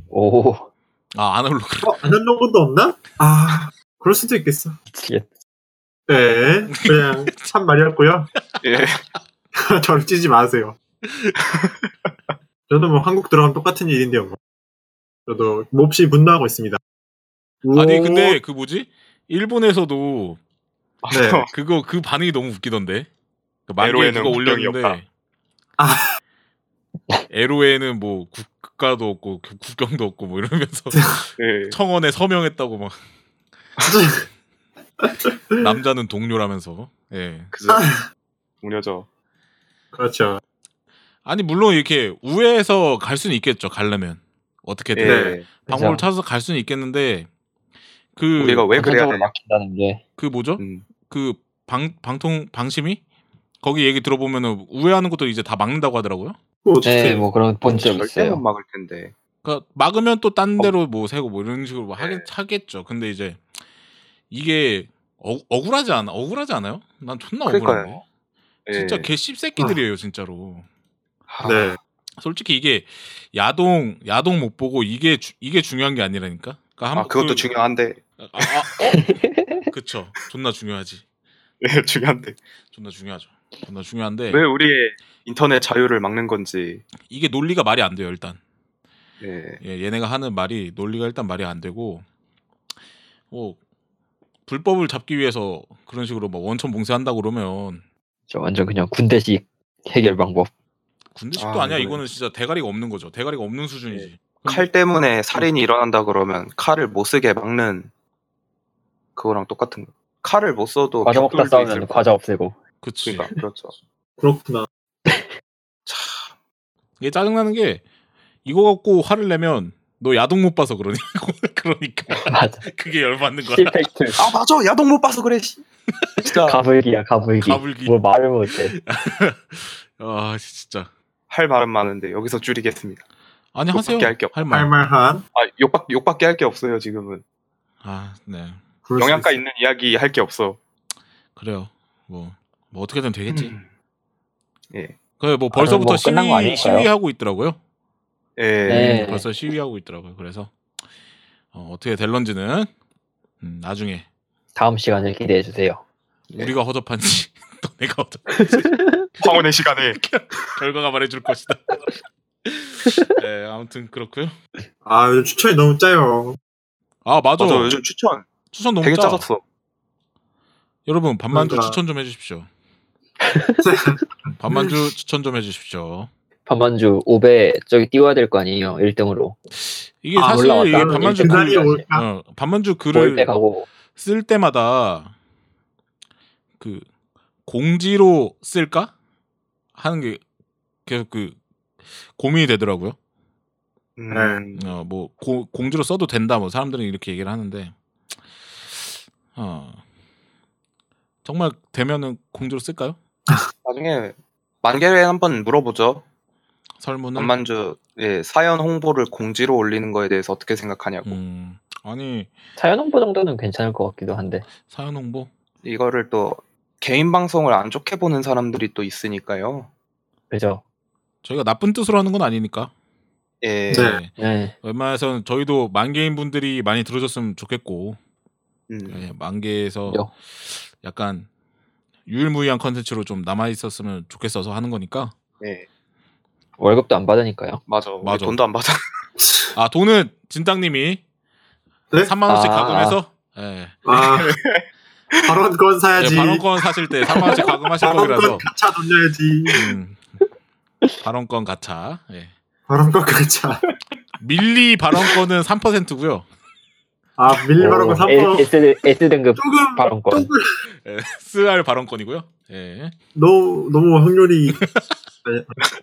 F: 오.
C: 아 아날로그
E: 어, 아날로그도 없나? 아, 그럴 수도 있겠어.
F: 미치겠다.
E: 네, 그냥 한 말이었고요.
D: 예.
E: 저를 찌지 마세요. 저도 뭐 한국 들어가면 똑같은 일인데요. 뭐. 저도 몹시 분노하고 있습니다.
C: 아니
E: 오,
C: 근데 그 뭐지? 일본에서도
D: 아,
E: 네.
C: 그거 그 반응이 너무 웃기던데. 그 만개
D: 에로에는
C: 그거
D: 국경이
C: 올렸는데.
E: 아.
C: 에로에는 뭐 국- 국가도 없고 그 국경도 없고 뭐 이러면서
F: 네.
D: 예.
C: 청원에 서명했다고 막 남자는 동료라면서. 예.
D: 그죠. 동료죠.
E: 그렇죠.
C: 아니 물론 이렇게 우회해서 갈 수는 있겠죠. 가려면 어떻게든
D: 예.
C: 방법을
F: 그죠.
C: 찾아서 갈 수는 있겠는데 그 그
D: 우리가 왜 그래야
F: 전적으로
D: 되냐.
F: 막힌다는 게
C: 뭐죠?
D: 음.
C: 그 방 방통 방심이 거기 얘기 들어보면은 우회하는 것도 이제 다 막는다고 하더라고요.
E: 뭐 어떻게
F: 네, 뭐 그런 본 적
D: 절대 못
F: 있어요.
D: 막을 텐데.
C: 그러니까 막으면 또
D: 어.
C: 딴 데로 뭐 세고 뭐 이런 식으로 뭐
D: 네.
C: 하겠, 하겠죠. 근데 이제 이게 어, 억울하지 않아? 억울하지 않아요? 난 존나 억울한데.
D: 그러니까요. 예.
C: 진짜 개 씹새끼들이에요, 진짜로.
D: 하,
E: 네.
C: 솔직히 이게 야동 야동 못 보고 이게 주- 이게 중요한 게 아니라니까. 그러니까 한-
D: 아, 그것도
C: 그-
D: 중요한데.
C: 아, 아, 어? 그쵸. 존나 중요하지.
D: 예, 중요한데.
C: 존나 중요하죠. 존나 중요한데
D: 왜 우리의 인터넷 자유를 막는 건지.
C: 이게 논리가 말이 안 돼요, 일단.
D: 예.
C: 예, 얘네가 하는 말이 논리가 일단 말이 안 되고 뭐 불법을 잡기 위해서 그런 식으로 막 원천 봉쇄한다고 그러면
F: 저 완전 그냥 군대식 해결 방법.
C: 군대식도
D: 아,
C: 아, 니야
D: 이거는-
C: 이거는 진짜 대가리가 없는 거죠. 대가리가 없는 수준이지.
D: 칼 때문에 살인이 일어난다 그러면 칼을 못 쓰게 막는 그거랑 똑같은 거. 칼을 못 써도
F: 과자
D: 벽돌도
F: 먹다
D: 뭐 있을
F: 싸우면
D: 거고.
F: 과자 없애고.
C: 그치.
D: 그러니까 그렇죠.
E: 그렇구나.
C: 이게 짜증나는 게 이거 갖고 화를 내면 너 야동 못 봐서 그러냐고 그러니까
F: 맞아.
C: 그게 열받는 거야.
F: 실팩트.
D: 아 맞아 야동 못 봐서 그래. 씨. 진짜
F: 가불기야 가불기.
C: 아. 가불기.
F: 뭐 말을 못해.
C: 아 진짜.
D: 할 말은 많은데 여기서 줄이겠습니다.
C: 아니 하세요.
D: 욕밖에 할게 없-
C: 할 말.
E: 할말한
D: 아 욕밖 욕밖에 할 게 없어요 지금은.
C: 아 네.
E: 그럴 수
D: 영양가
E: 있어요.
D: 있는 이야기 할 게 없어.
C: 그래요. 뭐, 뭐 어떻게든 되겠지.
D: 음. 예.
C: 그래 뭐
F: 아, 그럼
C: 벌써부터
F: 뭐 끝난 거
C: 시위,
F: 아닐까요?
C: 시위하고 있더라고요.
D: 예.
F: 네.
C: 음, 벌써 시위하고 있더라고요. 그래서 어, 어떻게 될런지는 음, 나중에
F: 다음 시간을 기대해 주세요.
D: 네.
C: 우리가 허접한지 또 내가 허접
D: 황혼의 시간에
C: 결과가 말해줄 것이다. 네, 아무튼 그렇고요.
E: 아, 요즘 추천이 너무 짜요.
C: 아 맞아.
D: 맞아 요즘 추천
C: 추천 너무
D: 되게
C: 짜.
D: 짜졌어.
C: 여러분 반만주
E: 그러니까.
C: 추천 좀 해주십시오. 반만주 추천 좀 해주십시오.
F: 반만주 5배 저기 띄워야 될 거 아니에요 1등으로
C: 이게
F: 아,
C: 사실
F: 올라왔다.
C: 이게 반만주
E: 그
C: 글,
E: 자리에
F: 글-
E: 올까?
C: 어, 반만주
F: 모일 때
C: 글을
F: 가고
C: 쓸 때마다 그 공지로 쓸까 하는 게 계속 그 고민이 되더라고요.
E: 네.
D: 음.
C: 어, 뭐 고- 공지로 써도 된다 뭐 사람들은 이렇게 얘기를 하는데 어, 정말 되면은 공지로 쓸까요?
D: 나중에 만개회 한번 물어보죠.
C: 설문을
D: 만만주 예, 사연 홍보를 공지로 올리는 거에 대해서 어떻게 생각하냐고.
C: 음, 아니
F: 사연 홍보 정도는 괜찮을 것 같기도 한데
C: 사연 홍보
D: 이거를 또 개인 방송을 안 좋게 보는 사람들이 또 있으니까요.
F: 그죠
C: 저희가 나쁜 뜻으로 하는 건 아니니까
D: 예.
E: 네.
F: 네
C: 웬만해서는 저희도 만개인 분들이 많이 들어줬으면 좋겠고
D: 음.
C: 예, 만개에서
F: 요.
C: 약간 유일무이한 컨텐츠로 좀 남아 있었으면 좋겠어서 하는 거니까
D: 예.
F: 월급도 안 받으니까요
D: 맞아. 우리
C: 맞아.
D: 돈도 안 받아.
C: 아 돈은 진땅님이
E: 네?
C: 3만 원씩
F: 아.
C: 가금해서 예.
E: 아, 발언권 사야지.
C: 예, 발언권 사실 때 3만 원씩 가금하실 거라서
E: 발언권 가차 돌려야지.
C: 음. 발언권 가차. 예.
E: 발언권 가차.
C: 밀리 발언권은 3%고요.
E: 아, 밀리
F: 어.
E: 발언권 3번.
F: S, S등급
E: 조금,
F: 발언권
E: 조금,
C: 예. SR 발언권이고요. 예.
E: 너무, 너무 확률이.
F: 그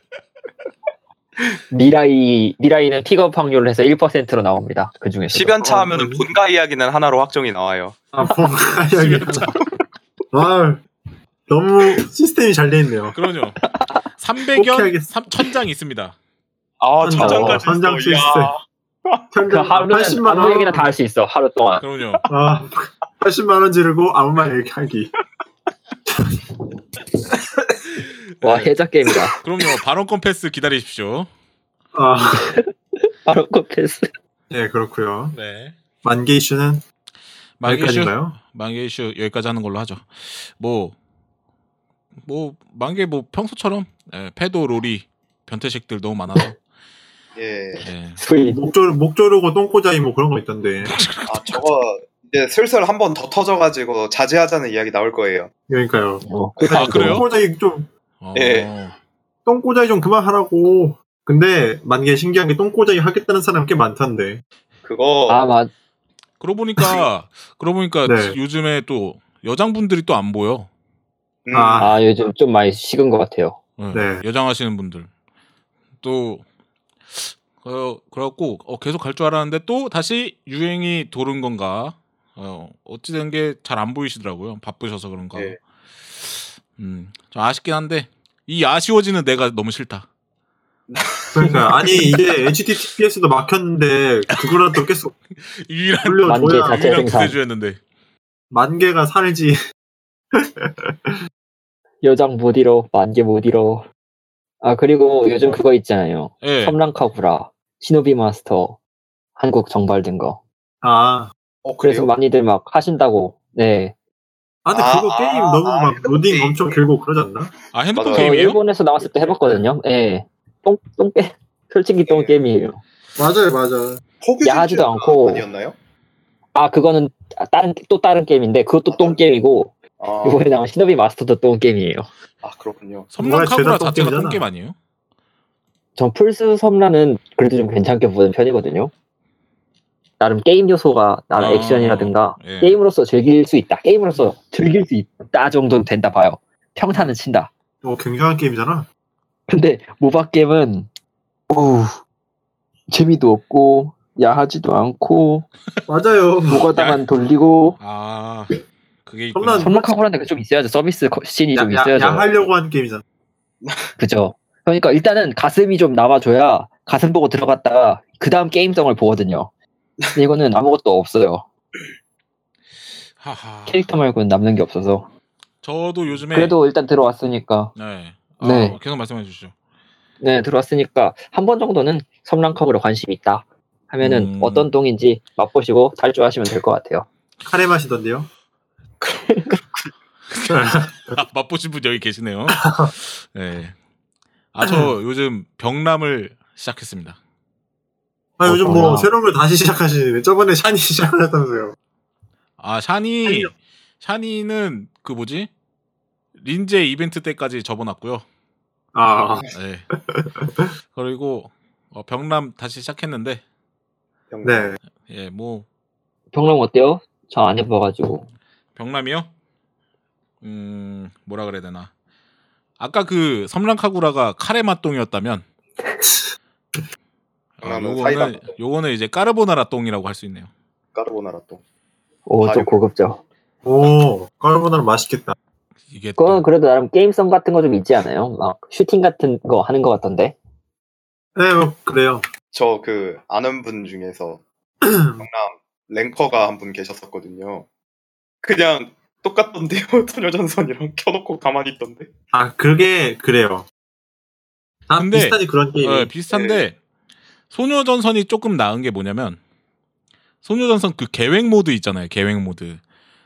F: 미라이 미라이는 픽업 확률을 해서 1%로 나옵니다 그 중에서
D: 10연차
E: 어,
D: 하면은
E: 음.
D: 본가 이야기는 하나로 확정이 나와요.
E: 아, 뭔가 이야기. 아, 너무 시스템이 잘 돼 있네요.
C: 그럼요.
E: 오케이,
C: 300연
E: 알겠습니다.
C: 1000장 있습니다.
D: 아,
E: 선장.
D: 천장까지.
E: 어, 선장
D: 있어. 이야.
E: 실세.
F: 그
E: 현금
F: 하루는
E: 80만
F: 아무 얘기나
E: 원.
F: 다 할 수 있어 하루 동안
C: 그럼요.
E: 아, 80만 원 지르고 아무 말 얘기하기.
F: 와
C: 예.
F: 해자 게임이다
C: 그럼요. 발언권 패스 기다리십시오.
E: 아,
F: 발언권 패스
E: 네, 그렇고요
C: 네.
E: 만개 이슈는
C: 만개 이슈
E: 여기까지인가요?
C: 만개 이슈 여기까지 하는 걸로 하죠. 뭐, 뭐, 만개 뭐 평소처럼, 예, 패도 롤이 변태식들 너무 많아서,
G: 예.
C: 예.
F: 소위
E: 목조 목조르고 똥꼬자이 뭐 그런 거 있던데.
G: 아 저거 이제 슬슬 한 번 더 터져가지고 자제하자는 이야기 나올 거예요.
E: 그러니까요.
F: 뭐
C: 아, 그래요?
E: 똥꼬자이 좀
C: 어,
G: 예.
E: 똥꼬자이 좀 그만하라고. 근데 만개 신기한 게 똥꼬자이 하겠다는 사람 꽤 많던데.
G: 그거
F: 아마
C: 그러고 보니까, 그러고 보니까
E: 네.
C: 요즘에 또 여장분들이 또 안 보여.
G: 음,
E: 아.
F: 아 요즘 좀 많이 식은 것 같아요.
C: 예,
E: 네.
C: 여장하시는 분들. 또, 어, 그래갖고, 어, 계속 갈 줄 알았는데 또 다시 유행이 도른 건가. 어, 어찌된 게 잘 안 보이시더라고요. 바쁘셔서 그런가.
E: 네.
G: 예.
C: 음, 좀 아쉽긴 한데, 이 아쉬워지는 내가 너무 싫다.
E: 그러니까 아니 이제 HTTPS도 막혔는데 그거라도 계속
C: 유일한,
F: 만개
E: 돌려줘야
F: 자체
C: 유일한
F: 네, 생산
C: 구세주였는데.
E: 만개가 살지.
F: 여장 못 잃어 만개 못 잃어. 아 그리고 요즘 그거 있잖아요.
C: 예.
F: 섬랑카구라 시노비 마스터 한국 정발된 거.
E: 아,
G: 어, 그래요?
F: 그래서 많이들 막 하신다고. 네.
E: 아 근데
G: 아,
E: 그거
G: 아,
E: 게임 너무
G: 아,
E: 막 로딩
G: 게임.
E: 엄청 길고 그러지 않나?
C: 아, 핸드폰
G: 맞아요.
F: 저
C: 게임이에요?
F: 일본에서 나왔을 때 해봤거든요. 예. 똥, 똥 게, 솔직히 똥
G: 예.
F: 게임이에요.
E: 맞아요, 맞아.
G: 포교
F: 야하지도
G: 진출
F: 않고.
G: 아니었나요?
F: 아 그거는 다른 또 다른 게임인데 그것도 똥 게임이고
G: 아,
F: 이번에 나온 시노비 마스터도 똥 게임이에요.
G: 아 그렇군요.
C: 섬랑 카구라
E: 죄다
C: 자체가
E: 똥게임이잖아.
C: 똥게임 아니에요?
F: 전 플스 섬라는 그래도 좀 괜찮게 보는 편이거든요. 나름 게임 요소가 나름
C: 아,
F: 액션이라든가
C: 예.
F: 게임으로서 즐길 수 있다. 게임으로서 즐길 수 있다 정도는 된다 봐요. 평타는 친다.
E: 어, 굉장한 게임이잖아.
F: 근데 모바 게임은 오 재미도 없고 야하지도 않고
E: 맞아요.
F: 노가다만 돌리고
C: 아, 그게
E: 섬랑-
C: 있구나.
F: 선물카고라는 게 좀 있어야죠. 서비스 거- 씬이 좀
E: 야,
F: 있어야죠.
E: 야, 하려고 하는 게임이잖아.
F: 그죠. 그러니까 일단은 가슴이 좀 남아줘야 가슴 보고 들어갔다가 그 다음 게임성을 보거든요. 근데 이거는 아무것도 없어요.
C: 하하.
F: 캐릭터 말고는 남는 게 없어서.
C: 저도
G: 네.
C: 요즘에.
F: 그래도 일단 들어왔으니까.
C: 네.
F: 네.
C: 네. 계속 말씀해 주시죠.
F: 네, 들어왔으니까 한 번 정도는 섬랑컵으로 관심이 있다. 하면은
C: 음.
F: 어떤 똥인지 맛보시고 탈주하시면 될 것 같아요.
E: 카레 맛이던데요.
C: 아, 맛보신 분 여기 계시네요. 네. 아, 저 요즘 병람을 시작했습니다.
E: 아, 요즘
F: 어,
E: 뭐
F: 몰라.
E: 새로운 걸 다시 시작하시는데 저번에 샤니 시작하셨다면서요.
C: 아, 샤니, 샤니는 그 뭐지? 린제 이벤트 때까지 접어놨고요.
E: 아,
C: 네. 그리고 어, 병람 다시 시작했는데,
E: 네.
C: 예, 뭐,
F: 병랑 어때요? 저 안 해봐가지고.
C: 병람이요? 음, 뭐라 그래야 되나. 아까 그 섬랑카구라가 카레 맛동이었다면, 어,
G: 병람은
C: 요거는,
G: 사이다.
C: 요거는 이제 까르보나라 똥이라고 할 수 있네요.
G: 까르보나라 또.
F: 오, 좀
G: 아이고.
F: 고급죠.
E: 오, 까르보나라 맛있겠다.
C: 이게 또
F: 그건 그래도 나름 게임성 같은 거 좀 있지 않아요? 막 슈팅 같은 거 하는 것 같던데.
E: 네, 뭐, 그래요.
G: 저 그 아는 분 중에서 경남 랭커가 한 분 계셨었거든요. 그냥 똑같던데요. 소녀전선이랑 켜놓고 가만히 있던데.
E: 아, 그게 그래요. 아,
C: 근데-
E: 비슷하니 그런 게임.
C: 어,
E: 이
C: 비슷한데 소녀전선이 조금 나은 게 뭐냐면 소녀전선 그 계획 모드 있잖아요. 계획 모드.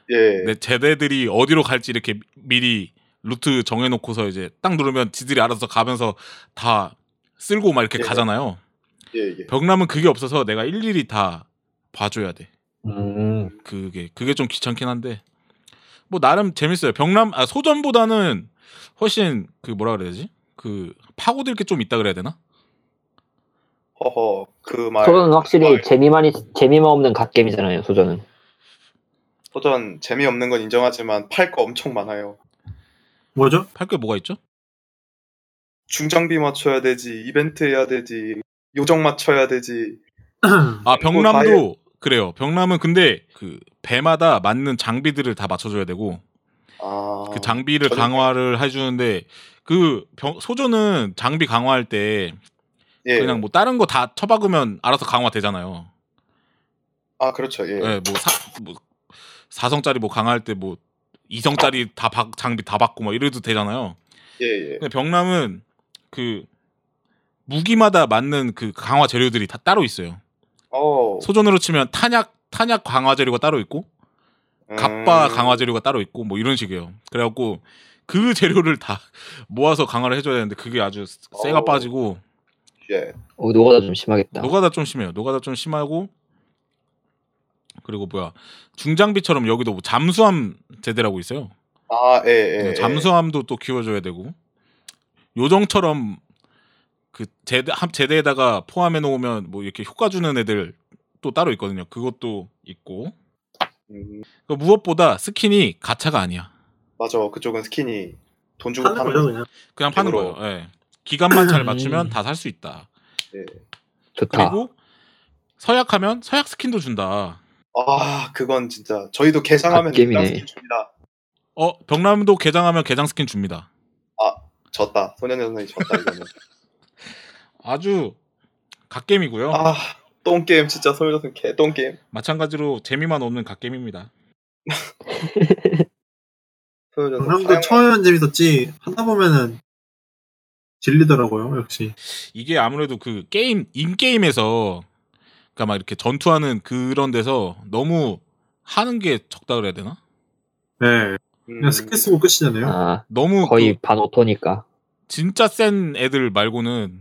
G: 예.
C: 내 제대들이 어디로 갈지 이렇게 미리 루트 정해놓고서 이제 딱 누르면 지들이 알아서 가면서 다 쓸고 막 이렇게
G: 예.
C: 가잖아요.
G: 예, 예.
C: 벽남은 그게 없어서 내가 일일이 다 봐줘야 돼.
F: 음,
C: 그게 그게 좀 귀찮긴 한데 뭐 나름 재밌어요. 병남 아 소전보다는 훨씬 그 뭐라 그래야 되지? 그 파고들 게 좀 있다 그래야 되나?
G: 허허. 그 말.
F: 소전은 확실히
G: 말.
F: 재미만이 재미만 없는 갓겜이잖아요. 소전은.
G: 소전 재미없는 건 인정하지만 팔 거 엄청 많아요.
E: 뭐죠?
C: 팔 게 뭐가 있죠?
G: 중장비 맞춰야 되지. 이벤트 해야 되지. 요정 맞춰야 되지.
C: 아
G: 그리고
C: 병남도 그래요. 병남은 근데 그 배마다 맞는 장비들을 다 맞춰줘야 되고
G: 아.
C: 그 장비를
G: 저는-
C: 강화를 해주는데 그 병- 소조는 장비 강화할 때
G: 예.
C: 그냥 뭐 다른 거 다 처박으면 알아서 강화 되잖아요.
G: 아 그렇죠. 예.
C: 예, 뭐, 사, 뭐 4성짜리 뭐 강화할 때 뭐 2성짜리 다 박- 장비 다 받고 막 이래도 되잖아요.
G: 예, 예.
C: 근데 병남은 그 무기마다 맞는 그 강화 재료들이 다 따로 있어요.
G: 어.
C: 소전으로 치면 탄약 탄약 강화 재료가 따로 있고
G: 음.
C: 갑바 강화 재료가 따로 있고 뭐 이런 식이에요. 그래갖고 그 재료를 다 모아서 강화를 해줘야 되는데 그게 아주 쇠가
G: 어.
C: 빠지고
G: 예.
F: 오, 어, 노가다 좀 심하겠다.
C: 노가다 좀 심해요. 노가다 좀 심하고 그리고 뭐야 중장비처럼 여기도 뭐 잠수함 제대라고 있어요. 네,
G: 아, 예, 예. 예.
C: 그 잠수함도 또 키워줘야 되고 요정처럼 그 제대 함 제대에다가 포함해 놓으면 뭐 이렇게 효과 주는 애들 또 따로 있거든요. 그것도 있고
G: 음,
C: 그 무엇보다 스킨이 가차가 아니야.
G: 맞아. 그쪽은 스킨이 돈 주고
E: 하는 거죠
G: 파는
E: 그냥.
C: 그냥 파는
G: 그거로.
C: 거예요. 예. 기간만 잘 맞추면
F: 음.
C: 다 살 수 있다.
F: 좋다.
C: 그리고 서약하면 서약 스킨도 준다.
G: 아, 그건 진짜 저희도 개장하면
F: 갓겜이네.
G: 일단 스킨 줍니다.
C: 어 병남도 개장하면 개장 스킨 줍니다.
G: 졌다. 소년 전선이 졌다 이거는.
C: 아주 갓겜이고요.
G: 아, 똥 게임 진짜 소년 전선 개똥 게임.
C: 마찬가지로 재미만 없는 갓겜입니다.
G: 소년 전선.
E: 강남도 처음엔 재밌었지 하다 보면은 질리더라고요 역시.
C: 이게 아무래도 그 게임 인 게임에서 그러니까 막 이렇게 전투하는 그런 데서 너무 하는 게 적다 그래야 되나?
E: 네. 그냥 스킬 쓰고 끝이잖아요.
F: 아,
C: 너무
F: 거의
C: 그
F: 반 오토니까. 사용하-
C: 진짜 센 애들 말고는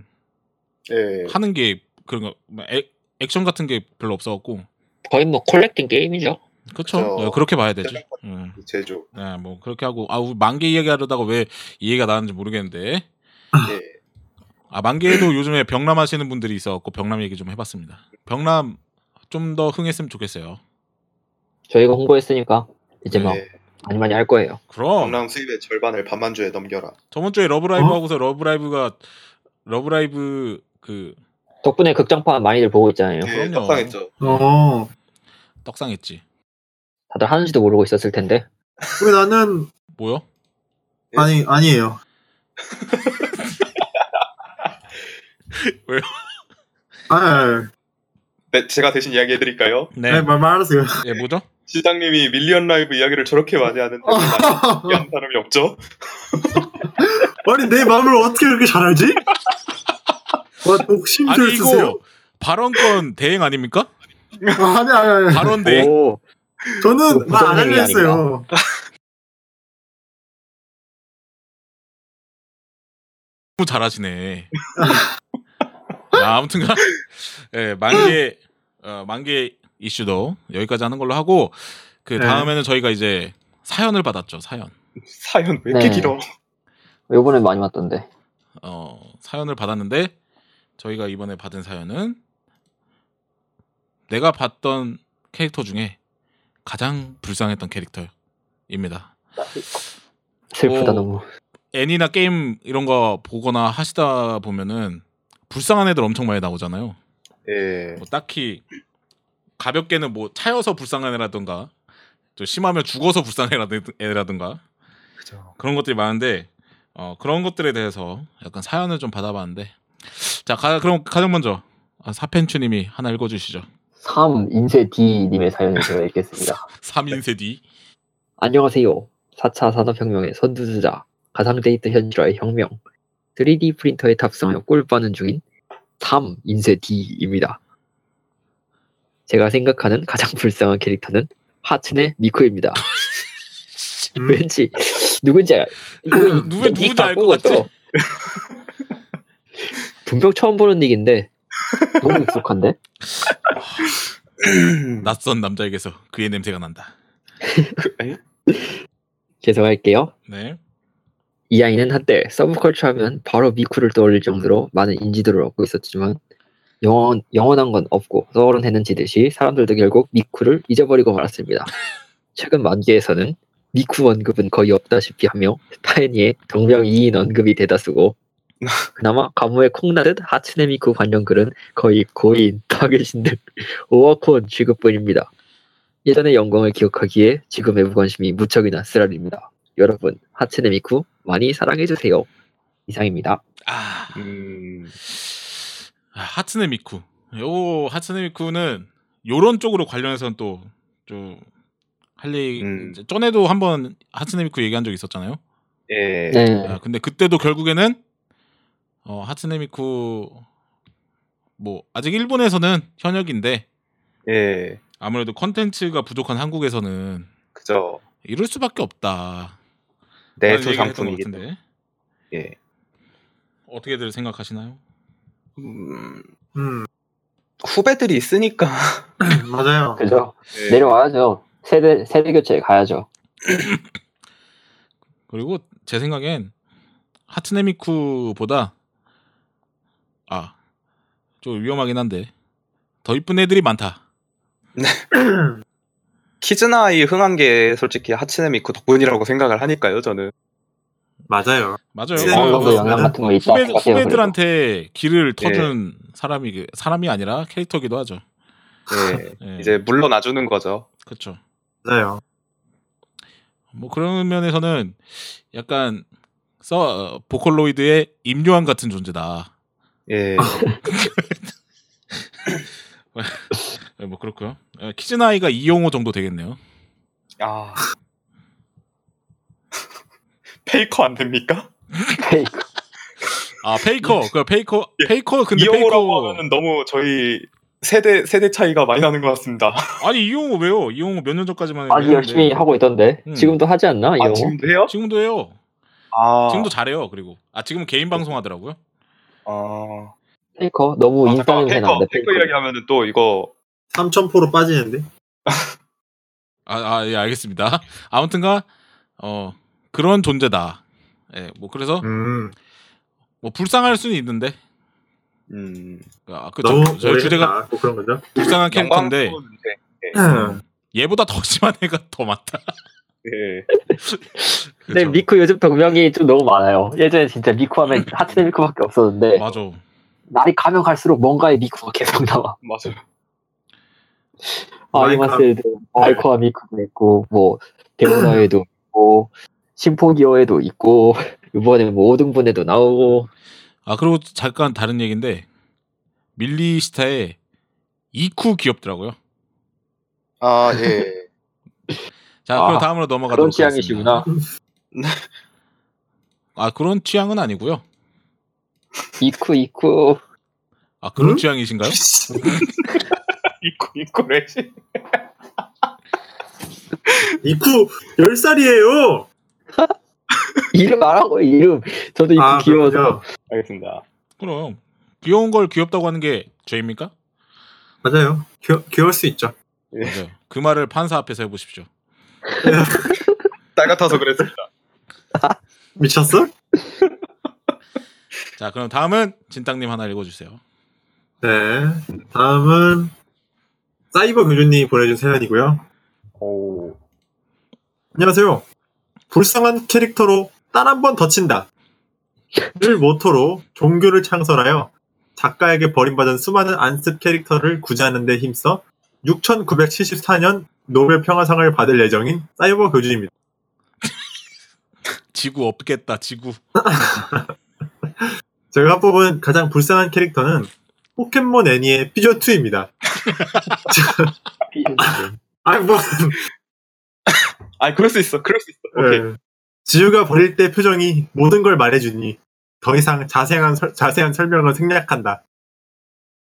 G: 예.
C: 하는 게 그런 거 액, 액션 같은 게 별로 없어갖고
F: 거의 뭐 콜렉팅 게임이죠.
C: 그렇죠.
G: 그죠.
C: 네, 그렇게 봐야 되죠. 음.
G: 제조.
C: 네, 뭐 그렇게 하고 아, 우리 만개 이야기하려다가 왜 이해가 나는지 모르겠는데.
G: 예.
C: 아, 만개도 요즘에 병남 하시는 분들이 있어갖고 병남 얘기 좀 해봤습니다. 병남 좀 더 흥했으면 좋겠어요.
F: 저희가 홍보했으니까 이제 막
G: 예.
F: 많이 많이 할 거예요.
C: 그럼
G: 강남 수입의 절반을 반만주에 넘겨라.
C: 저번 주에 러브라이브
E: 어?
C: 하고서 러브라이브가 러브라이브 그
F: 덕분에 극장판 많이들 보고 있잖아요.
G: 예,
C: 그럼요.
G: 떡상했죠.
E: 어.
C: 떡상했지.
F: 다들 하는지도 모르고 있었을 텐데.
E: 왜 나는
C: 뭐요?
G: 예.
E: 아니 아니에요.
C: 왜요?
E: 아, 아,
G: 네, 제가 대신 이야기해 드릴까요?
C: 네.
E: 아, 네. 말 말하세요.
C: 예, 뭐죠?
G: 시장님이 밀리언 라이브 이야기를 저렇게 많이 하는데 이한 사람이 없죠?
E: 아니 내 마음을 어떻게 그렇게 잘 알지? 와
C: 아니
E: 독심술 쓰세요?
C: 이거 발언권 대행 아닙니까?
E: 아, 아니 아니 아니.
C: 발언 대행.
F: 오,
E: 저는
F: 그
E: 말 안 하려
F: 부정행위
E: 했어요.
C: 너무 잘하시네. 아, 아무튼간 예, 만개 어, 만개 이슈도 여기까지 하는 걸로 하고 그
E: 네.
C: 다음에는 저희가 이제 사연을 받았죠. 사연.
G: 사연 왜 이렇게
F: 네.
G: 길어?
F: 요번엔 많이 왔던데.
C: 어, 사연을 받았는데 저희가 이번에 받은 사연은 내가 봤던 캐릭터 중에 가장 불쌍했던 캐릭터입니다.
F: 슬프다
C: 오.
F: 너무.
C: 애니나 게임 이런 거 보거나 하시다 보면은 불쌍한 애들 엄청 많이 나오잖아요.
G: 예.
C: 뭐 딱히 가볍게는 뭐 차여서 불쌍한 애라든가 좀 심하면 죽어서 불쌍한 애라든가
G: 그죠.
C: 그런 것들이 많은데 어, 그런 것들에 대해서 약간 사연을 좀 받아봤는데 자 가, 그럼 가장 먼저 아, 사펜추님이 하나 읽어주시죠
F: 3 인쇄 D님의 사연을 제가 읽겠습니다.
C: 3인세 D
F: 안녕하세요. 4차 산업혁명의 선두주자, 가상데이터 현실화의 혁명, 3D 프린터에 탑승하여 꿀 빠는 중인 3 인쇄 D입니다. 제가 생각하는 가장 불쌍한 캐릭터는 하츠네 미쿠입니다.
E: 음.
F: 왠지 누군지 알, 이거
C: 아, 누구- 누군지
F: 닉다
C: 알것 같지?
F: 뽑았어. 분명 처음 보는 닉인데 너무 익숙한데?
G: 네. 음.
C: 낯선 남자에게서 그의 냄새가 난다
F: 죄송할게요.
C: 네
F: 이 아이는 한때 서브컬처 하면 바로 미쿠를 떠올릴 정도로 많은 인지도를 얻고 있었지만 영원, 영원한 건 없고 서울은 해는지듯이 사람들도 결국 미쿠를 잊어버리고 말았습니다. 최근 만기에서는 미쿠 언급은 거의 없다시피 하며 타이니의 동명이인 언급이 대다수고 그나마 가뭄에 콩나듯 하츠네 미쿠 관련 글은 거의 고인, 타겟인들, 오아콘 취급뿐입니다. 예전의 영광을 기억하기에 지금의 무관심이 무척이나 쓰라립니다. 여러분 하츠네미쿠 많이 사랑해주세요. 이상입니다.
C: 아,
G: 음.
C: 아, 하츠네 미쿠 요 하츠네 미쿠는 요런 쪽으로 관련해서는 또 좀 할리
G: 음.
C: 전에도 한번 하츠네 미쿠 얘기한 적 있었잖아요
G: 예.
F: 네.
C: 아, 근데 그때도 결국에는 어, 하츠네미쿠 뭐 아직 일본에서는 현역인데
G: 예.
C: 아무래도 컨텐츠가 부족한 한국에서는
G: 그죠.
C: 이럴 수밖에 없다.
G: 내
D: 네,
C: 라는
G: 수
C: 아, 얘기를 했던 것
G: 상품이기 때문에.
C: 같은데
G: 네, 예.
C: 어떻게들 생각하시나요?
G: 음,
E: 음,
G: 후배들이 있으니까.
E: 맞아요.
F: 그죠?
G: 예.
F: 내려와야죠. 세대 세대 교체 가야죠.
C: 그리고 제 생각엔 하츠네미쿠보다 아 좀 위험하긴 한데 더 이쁜 애들이 많다.
G: 키즈나이 흥한 게 솔직히 하츠네미쿠 덕분이라고 생각을 하니까요, 저는.
E: 맞아요.
C: 맞아요. 그
E: 네,
F: 어느 정도
E: 맞습니다.
F: 영향 같은 거 있다.
C: 후배,
F: 생각해요, 그래도.
C: 후배들한테 길을 터준 사람이 그- 사람이 아니라 캐릭터기도 하죠.
G: 예,
C: 예,
G: 이제 물러나주는 거죠.
C: 그렇죠.
E: 맞아요.
C: 뭐 그런 면에서는 약간 서 어, 보컬로이드의 임요한 같은 존재다.
G: 예.
C: 예, 뭐 그렇고요. 예, 키즈나이가 이용호 정도 되겠네요.
G: 아. 페이커 안 됩니까? 네,
F: 페이크.
C: 아 페이커 그 페이커
G: 예.
C: 페이커 근데
G: 이용호라고
C: 페이커
G: 하면 너무 저희 세대 세대 차이가 많이 나는 것 같습니다.
C: 아니 이용호 왜요? 이용호 몇 년 전까지만 해도
F: 아주
C: 했는데.
F: 열심히 하고 있던데
C: 음.
F: 지금도 하지 않나 이거?
G: 네. 아, 지금도 해요?
C: 지금도 해요.
G: 아,
C: 지금도 잘해요. 그리고 아 지금은 개인 방송 하더라고요.
G: 아,
F: 페이커 너무
G: 아,
F: 인싸
G: 잠깐만,
F: 냄새
G: 페이커,
F: 난다.
G: 페이커 이야기 하면은 또 이거
E: 3000포로 빠지는데.
C: 아, 아, 예, 알겠습니다. 아무튼가, 어, 그런 존재다. 예, 뭐, 그래서,
E: 음,
C: 뭐, 불쌍할 수는 있는데,
G: 음,
C: 아, 그,
E: 너무
C: 저, 저희 주제가
E: 오래됐다. 뭐 그런 거죠.
C: 불쌍한 캐릭터인데,
G: 영광스러운
C: 음, 얘보다 더 심한 애가 더 많다.
G: 예.
F: 근데
C: 그죠?
F: 네, 미쿠 요즘 병명이 좀 너무 많아요. 예전에 진짜 미쿠 하면 하트네 미쿠밖에 없었는데
C: 맞아.
F: 날이 가면 갈수록 뭔가의 미쿠가 계속 나와.
G: 맞아요.
E: 마이카.
F: 아이마스에도
E: 네.
F: 마이코와 미쿠도 있고 뭐 데모나에도 있고 심포기어에도 있고 이번에 뭐 5등분에도 나오고
C: 아, 그리고 잠깐 다른 얘기인데, 밀리시타의 이쿠 귀엽더라고요.
G: 아, 예.
C: 자, 그럼
F: 아,
C: 다음으로
F: 그런
C: 넘어가도록
F: 취향이시구나.
C: 하겠습니다. 아, 그런 취향은 아니고요.
F: 이쿠 이쿠
C: 아, 그런
E: 응?
C: 취향이신가요?
G: 이코 이코래.
E: 이쿠 10살이에요!
F: 이름 말하고 이름 저도 이쿠
E: 아,
F: 귀여워서
E: 그렇군요.
G: 알겠습니다.
C: 그럼. 귀여운 걸 귀엽다고 하는 게 죄입니까?
E: 맞아요. 귀여, 귀여울 수 있죠.
G: 네.
C: 맞아요. 그 말을 판사 앞에서 해보십시오.
G: 딸 같아서 그랬습니다.
E: 미쳤어?
C: 자, 그럼 다음은 진땅님 하나 읽어주세요.
E: 네. 다음은 사이버 교주님이 보내준 사연이고요.
G: 오.
E: 안녕하세요. 불쌍한 캐릭터로 딸 한 번 더 친다. 를 모토로 종교를 창설하여 작가에게 버림받은 수많은 안습 캐릭터를 구제하는 데 힘써 6974년 노벨 평화상을 받을 예정인 사이버 교주입니다.
C: 지구 없겠다, 지구.
E: 제가 뽑은 가장 불쌍한 캐릭터는 포켓몬 애니의 피조2입니다. 아, 뭐,
G: 아, 그럴 수 있어. 그럴 수 있어. 오케이.
E: 예. 지우가 버릴 때 표정이 모든 걸 말해주니 더 이상 자세한, 설, 자세한 설명을 생략한다.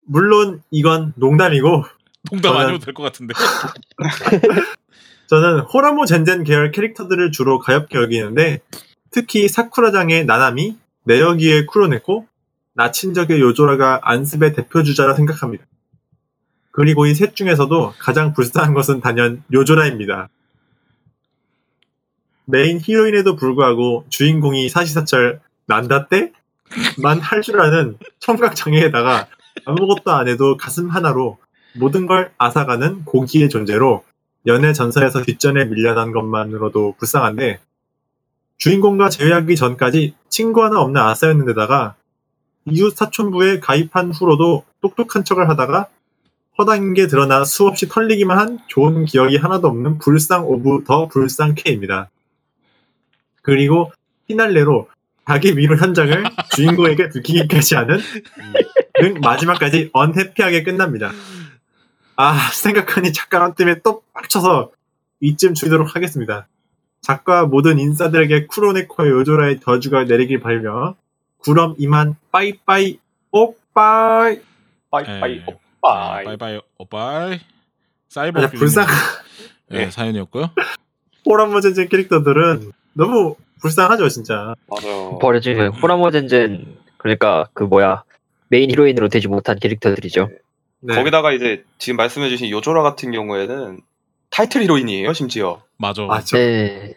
E: 물론 이건 농담이고
C: 농담
E: 저는-
C: 아니어도 될 것 같은데.
E: 저는 호라모 젠젠 계열 캐릭터들을 주로 가엽게 여기는데 특히 사쿠라장의 나나미, 내여기의 쿠로네코, 나친적의 요조라가 안습의 대표 주자라 생각합니다. 그리고 이 셋 중에서도 가장 불쌍한 것은 단연 요조라입니다. 메인 히로인에도 불구하고 주인공이 사시사철 난다 때? 만 할 줄 아는 청각장애에다가 아무것도 안 해도 가슴 하나로 모든 걸 앗아가는 고기의 존재로 연애 전선에서 뒷전에 밀려난 것만으로도 불쌍한데 주인공과 재회하기 전까지 친구 하나 없는 아싸였는데다가 이웃 사촌부에 가입한 후로도 똑똑한 척을 하다가 허당게 드러나 수없이 털리기만 한 좋은 기억이 하나도 없는 불쌍 오브 더 불쌍 K입니다. 그리고 피날레로 자기 위로 현장을 주인공에게 들키기까지 하는 등 마지막까지 언해피하게 끝납니다. 아, 생각하니 작가랑 때문에 또 빡쳐서 이쯤 줄이도록 하겠습니다. 작가 모든 인싸들에게 쿠로네코의 요조라의 저주가 내리길 바라며 구럼 이만 빠이빠이 오빠이
G: 빠이빠이.
C: 예.
G: 빠이.
C: 아, 빠이빠이, 오빠이. 사이버
E: 맞아,
C: 빌리님.
E: 불쌍
C: 예,
G: 네.
C: 사연이었고요.
E: 호란모 젠젠 캐릭터들은 너무 불쌍하죠 진짜.
D: 맞아요.
F: 버려진 호라모 젠젠 그러니까 그 뭐야 메인 히로인으로 되지 못한 캐릭터들이죠.
E: 네.
D: 거기다가 이제 지금 말씀해주신 요조라 같은 경우에는 타이틀 히로인이에요 심지어.
C: 맞아.
E: 맞죠.
F: 네.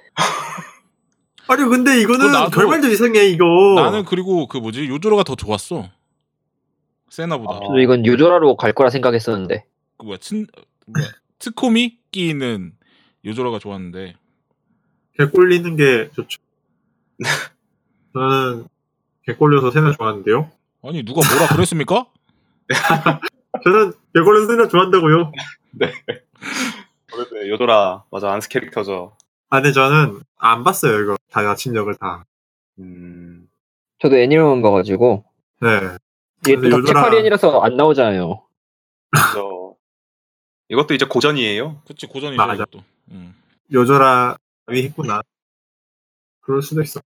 E: 아니 근데 이거는
C: 어, 나도-
E: 결말도 이상해 이거.
C: 나는 그리고 그 뭐지 요조로가 더 좋았어. 세나보다.
D: 아.
F: 저도 이건 유조라로 갈 거라 생각했었는데
C: 그 뭐야 친 뭐야 트코미 끼는 요조로가 좋았는데
E: 개 꼴리는 게 좋죠.
C: 네.
E: 저는 개 꼴려서 세나 좋아하는데요.
C: 아니 누가 뭐라 그랬습니까?
E: 저는 개 꼴려서 세나 좋아한다고요.
G: 네.
D: 그래도 요조라 맞아 안스 캐릭터죠.
E: 아, 근데 저는 안 봤어요 이거 다 아침역을 다.
D: 음.
F: 저도 애니로만 봐가지고
E: 네.
F: 이게
E: 근데
F: 또
E: 요조라-
F: 덕체파리엔이라서 안 나오잖아요.
D: 그래서 이것도 이제 고전이에요.
C: 그치 고전이죠
E: 맞아.
C: 이것도. 음.
E: 요조라 위 했구나. 그럴 수도 있어.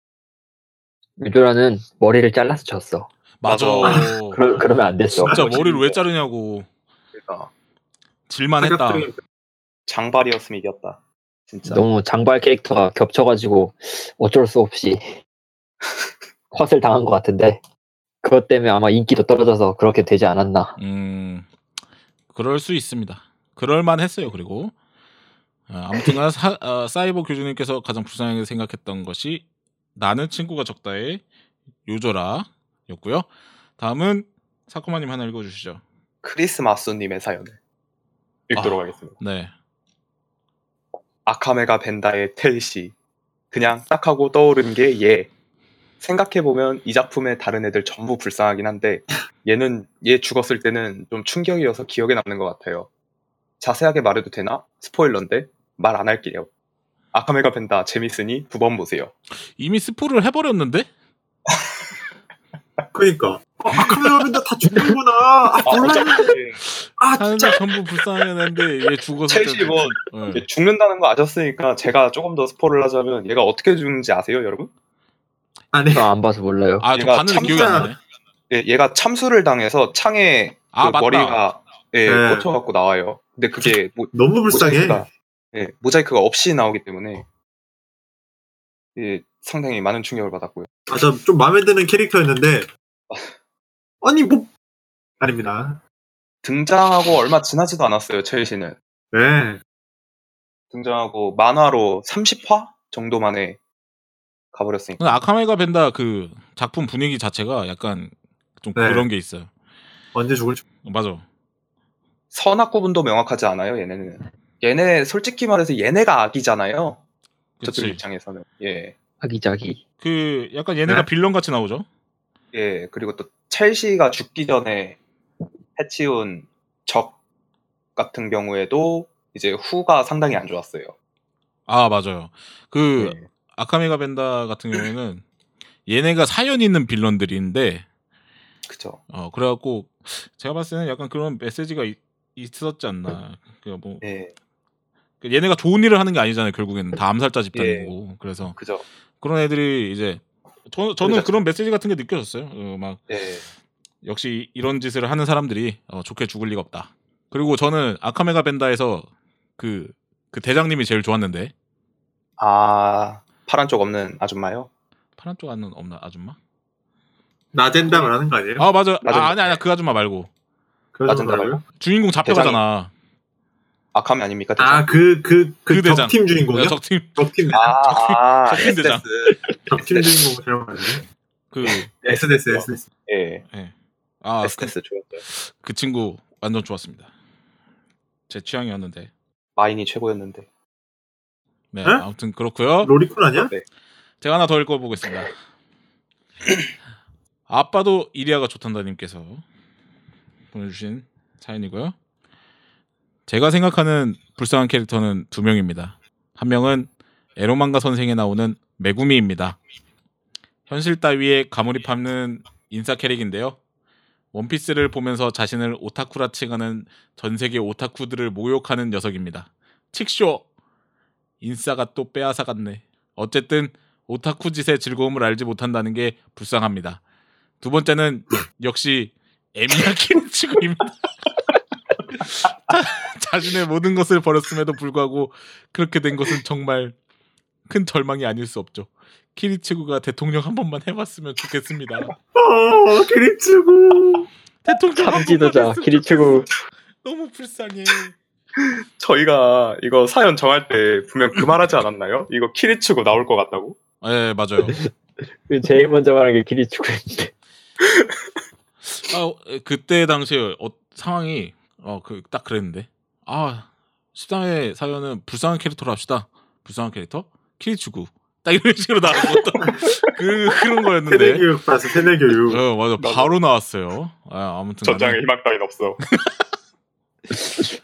F: 유조라는 머리를 잘라서 쳤어.
C: 맞아.
D: 맞아.
F: 그러, 그러면 안 됐어.
C: 진짜 머리를 왜 자르냐고
D: 그러니까
C: 질만했다.
E: 사격적인-
D: 장발이었으면 이겼다. 진짜.
F: 너무 장발 캐릭터가 겹쳐가지고 어쩔 수 없이 컷을 당한 것 같은데 그것 때문에 아마 인기도 떨어져서 그렇게 되지 않았나.
C: 음 그럴 수 있습니다. 그럴만 했어요. 그리고 아, 아무튼간 사, 아, 사이버 교주님께서 가장 불쌍하게 생각했던 것이 나는 친구가 적다의 요조라였고요. 다음은 사쿠마님 하나 읽어주시죠.
D: 크리스마스님의 사연을 읽도록
C: 아.
D: 하겠습니다.
C: 네.
D: 아카메가 벤다의 텔시. 그냥 딱 하고 떠오른 게 얘. 생각해보면 이 작품의 다른 애들 전부 불쌍하긴 한데 얘는 얘 죽었을 때는 좀 충격이어서 기억에 남는 것 같아요. 자세하게 말해도 되나? 스포일러인데 말 안 할게요. 아카메가 벤다 재밌으니 두 번 보세요.
C: 이미 스포를 해버렸는데?
E: 그러니까. 아, 아카메라 벤다 다 죽는구나. 아,
D: 아,
E: 몰라.
D: 어차피
E: 아,
C: 하는
E: 진짜.
C: 날 전부 불쌍했는데 얘 죽었을 때
D: 첼시 뭐
C: 예.
D: 얘 죽는다는 거 아셨으니까 제가 조금 더 스포를 하자면 얘가 어떻게 죽는지 아세요, 여러분?
E: 아, 네.
F: 저안 봐서 몰라요.
C: 아저
D: 얘가
C: 반응 기억이 안 나네.
D: 예, 얘가 참수를 당해서 창에
C: 아
D: 그
C: 맞다.
D: 머리가 예,
E: 네.
D: 꽂혀갖고 나와요. 근데 그게 모,
E: 너무 불쌍해.
D: 모자이크가 예, 모자이크가 없이 나오기 때문에 예, 상당히 많은 충격을 받았고요.
E: 아, 저 좀 마음에 드는 캐릭터였는데. 아니, 뭐. 아닙니다.
D: 등장하고 얼마 지나지도 않았어요. 첼시는
E: 네.
D: 등장하고 만화로 30화 정도 만에 가버렸으니까
C: 근데 아카메가 벤다 그 작품 분위기 자체가 약간 좀
E: 네.
C: 그런 게 있어요. 어,
E: 언제 죽을지.
C: 맞아.
D: 선악 구분도 명확하지 않아요. 얘네는 얘네 솔직히 말해서 얘네가 악이잖아요. 저쪽
C: 그치.
D: 입장에서는 예.
F: 아기자기.
C: 그 약간 얘네가
E: 네.
C: 빌런 같이 나오죠.
D: 예, 그리고 또 첼시가 죽기 전에 해치운 적 같은 경우에도 이제 후가 상당히 안 좋았어요.
C: 아 맞아요. 그
E: 네.
D: 예.
C: 아카메가 벤다 같은 경우에는 얘네가 사연 있는 빌런들인데
D: 그쵸.
C: 어 그래갖고 제가 봤을 때는 약간 그런 메시지가 있, 었지 않나. 그러니까 그뭐 그러니까
D: 예,
C: 얘네가 좋은 일을 하는 게 아니잖아요. 결국에는 다 암살자
E: 예.
C: 집단이고 그래서
D: 그죠.
C: 그런 애들이 이제 저,
D: 그러니까
C: 저는 그런 메시지 같은 게 느껴졌어요. 어, 막
D: 예,
C: 역시 이런 짓을 하는 사람들이 어, 좋게 죽을 리가 없다. 그리고 저는 아카메가 벤다에서 그, 그 대장님이 제일 좋았는데
D: 아, 파란 쪽 없는 아줌마요?
C: 파란 쪽 안은 없나 아줌마?
E: 나젠다 말하는 거 아니에요?
C: 아 맞아.
D: 맞아.
C: 아 아니 아니 그 아줌마 말고
E: 그러지
D: 나젠다
E: 말고요.
C: 주인공 잡혀가잖아.
D: 악함이 아닙니까?
E: 아, 그, 그, 그,
C: 그 대장.
E: 적팀 주인공이요?
C: 야, 적팀
E: 적팀,
D: 대장? 아, 아,
C: 적팀 대장.
E: 적팀 주인공 잘못 맞네.
C: 그
E: SDS, SDS.
D: 예,
C: 아, 그,
D: 에스테스 좋았어요.
C: 그 친구 완전 좋았습니다. 제 취향이었는데.
D: 마인이 최고였는데.
C: 네,
E: 응?
C: 아무튼 그렇고요.
E: 로리콘 아니야?
C: 제가 하나 더 읽어보겠습니다. 아빠도 이리아가 좋단다님께서 보내주신 사연이고요. 제가 생각하는 불쌍한 캐릭터는 두 명입니다. 한 명은 에로망가 선생에 나오는 메구미입니다. 현실 따위에 가물이 팝는 인싸 캐릭인데요. 원피스를 보면서 자신을 오타쿠라 칭하는 전 세계 오타쿠들을 모욕하는 녀석입니다. 칙쇼! 인싸가 또 빼앗아갔네. 어쨌든 오타쿠 짓의 즐거움을 알지 못한다는 게 불쌍합니다. 두 번째는 역시 에미야키를 치고입니다. 자- 자신의 모든 것을 버렸음에도 불구하고 그렇게 된 것은 정말 큰 절망이 아닐 수 없죠. 키리치구가 대통령 한 번만 해봤으면 좋겠습니다.
E: 어, 기립치고.
C: 대통령 한
F: 참
C: 번만
F: 지도자
C: 했으면
F: 키리치구
C: 너무 불쌍해.
D: 저희가 이거 사연 정할 때 분명 그 말하지 않았나요? 이거 키리치고 나올 것 같다고?
C: 예 네, 맞아요.
F: 제일 먼저 말한 게 키리치구였는데
C: 아, 어, 그때 당시에 어, 상황이 어, 그, 딱 그랬는데. 아, 13회 사연은 불쌍한 캐릭터로 합시다. 불쌍한 캐릭터? 키리치구. 딱 이런 식으로 나온 것도 그, 그런 거였는데.
E: 세대교육 봤어, 세대교육.
C: 어, 맞아. 바로 나왔어요. 아, 아무튼. 간에.
D: 전장에 희망 따윈 없어.
F: 진짜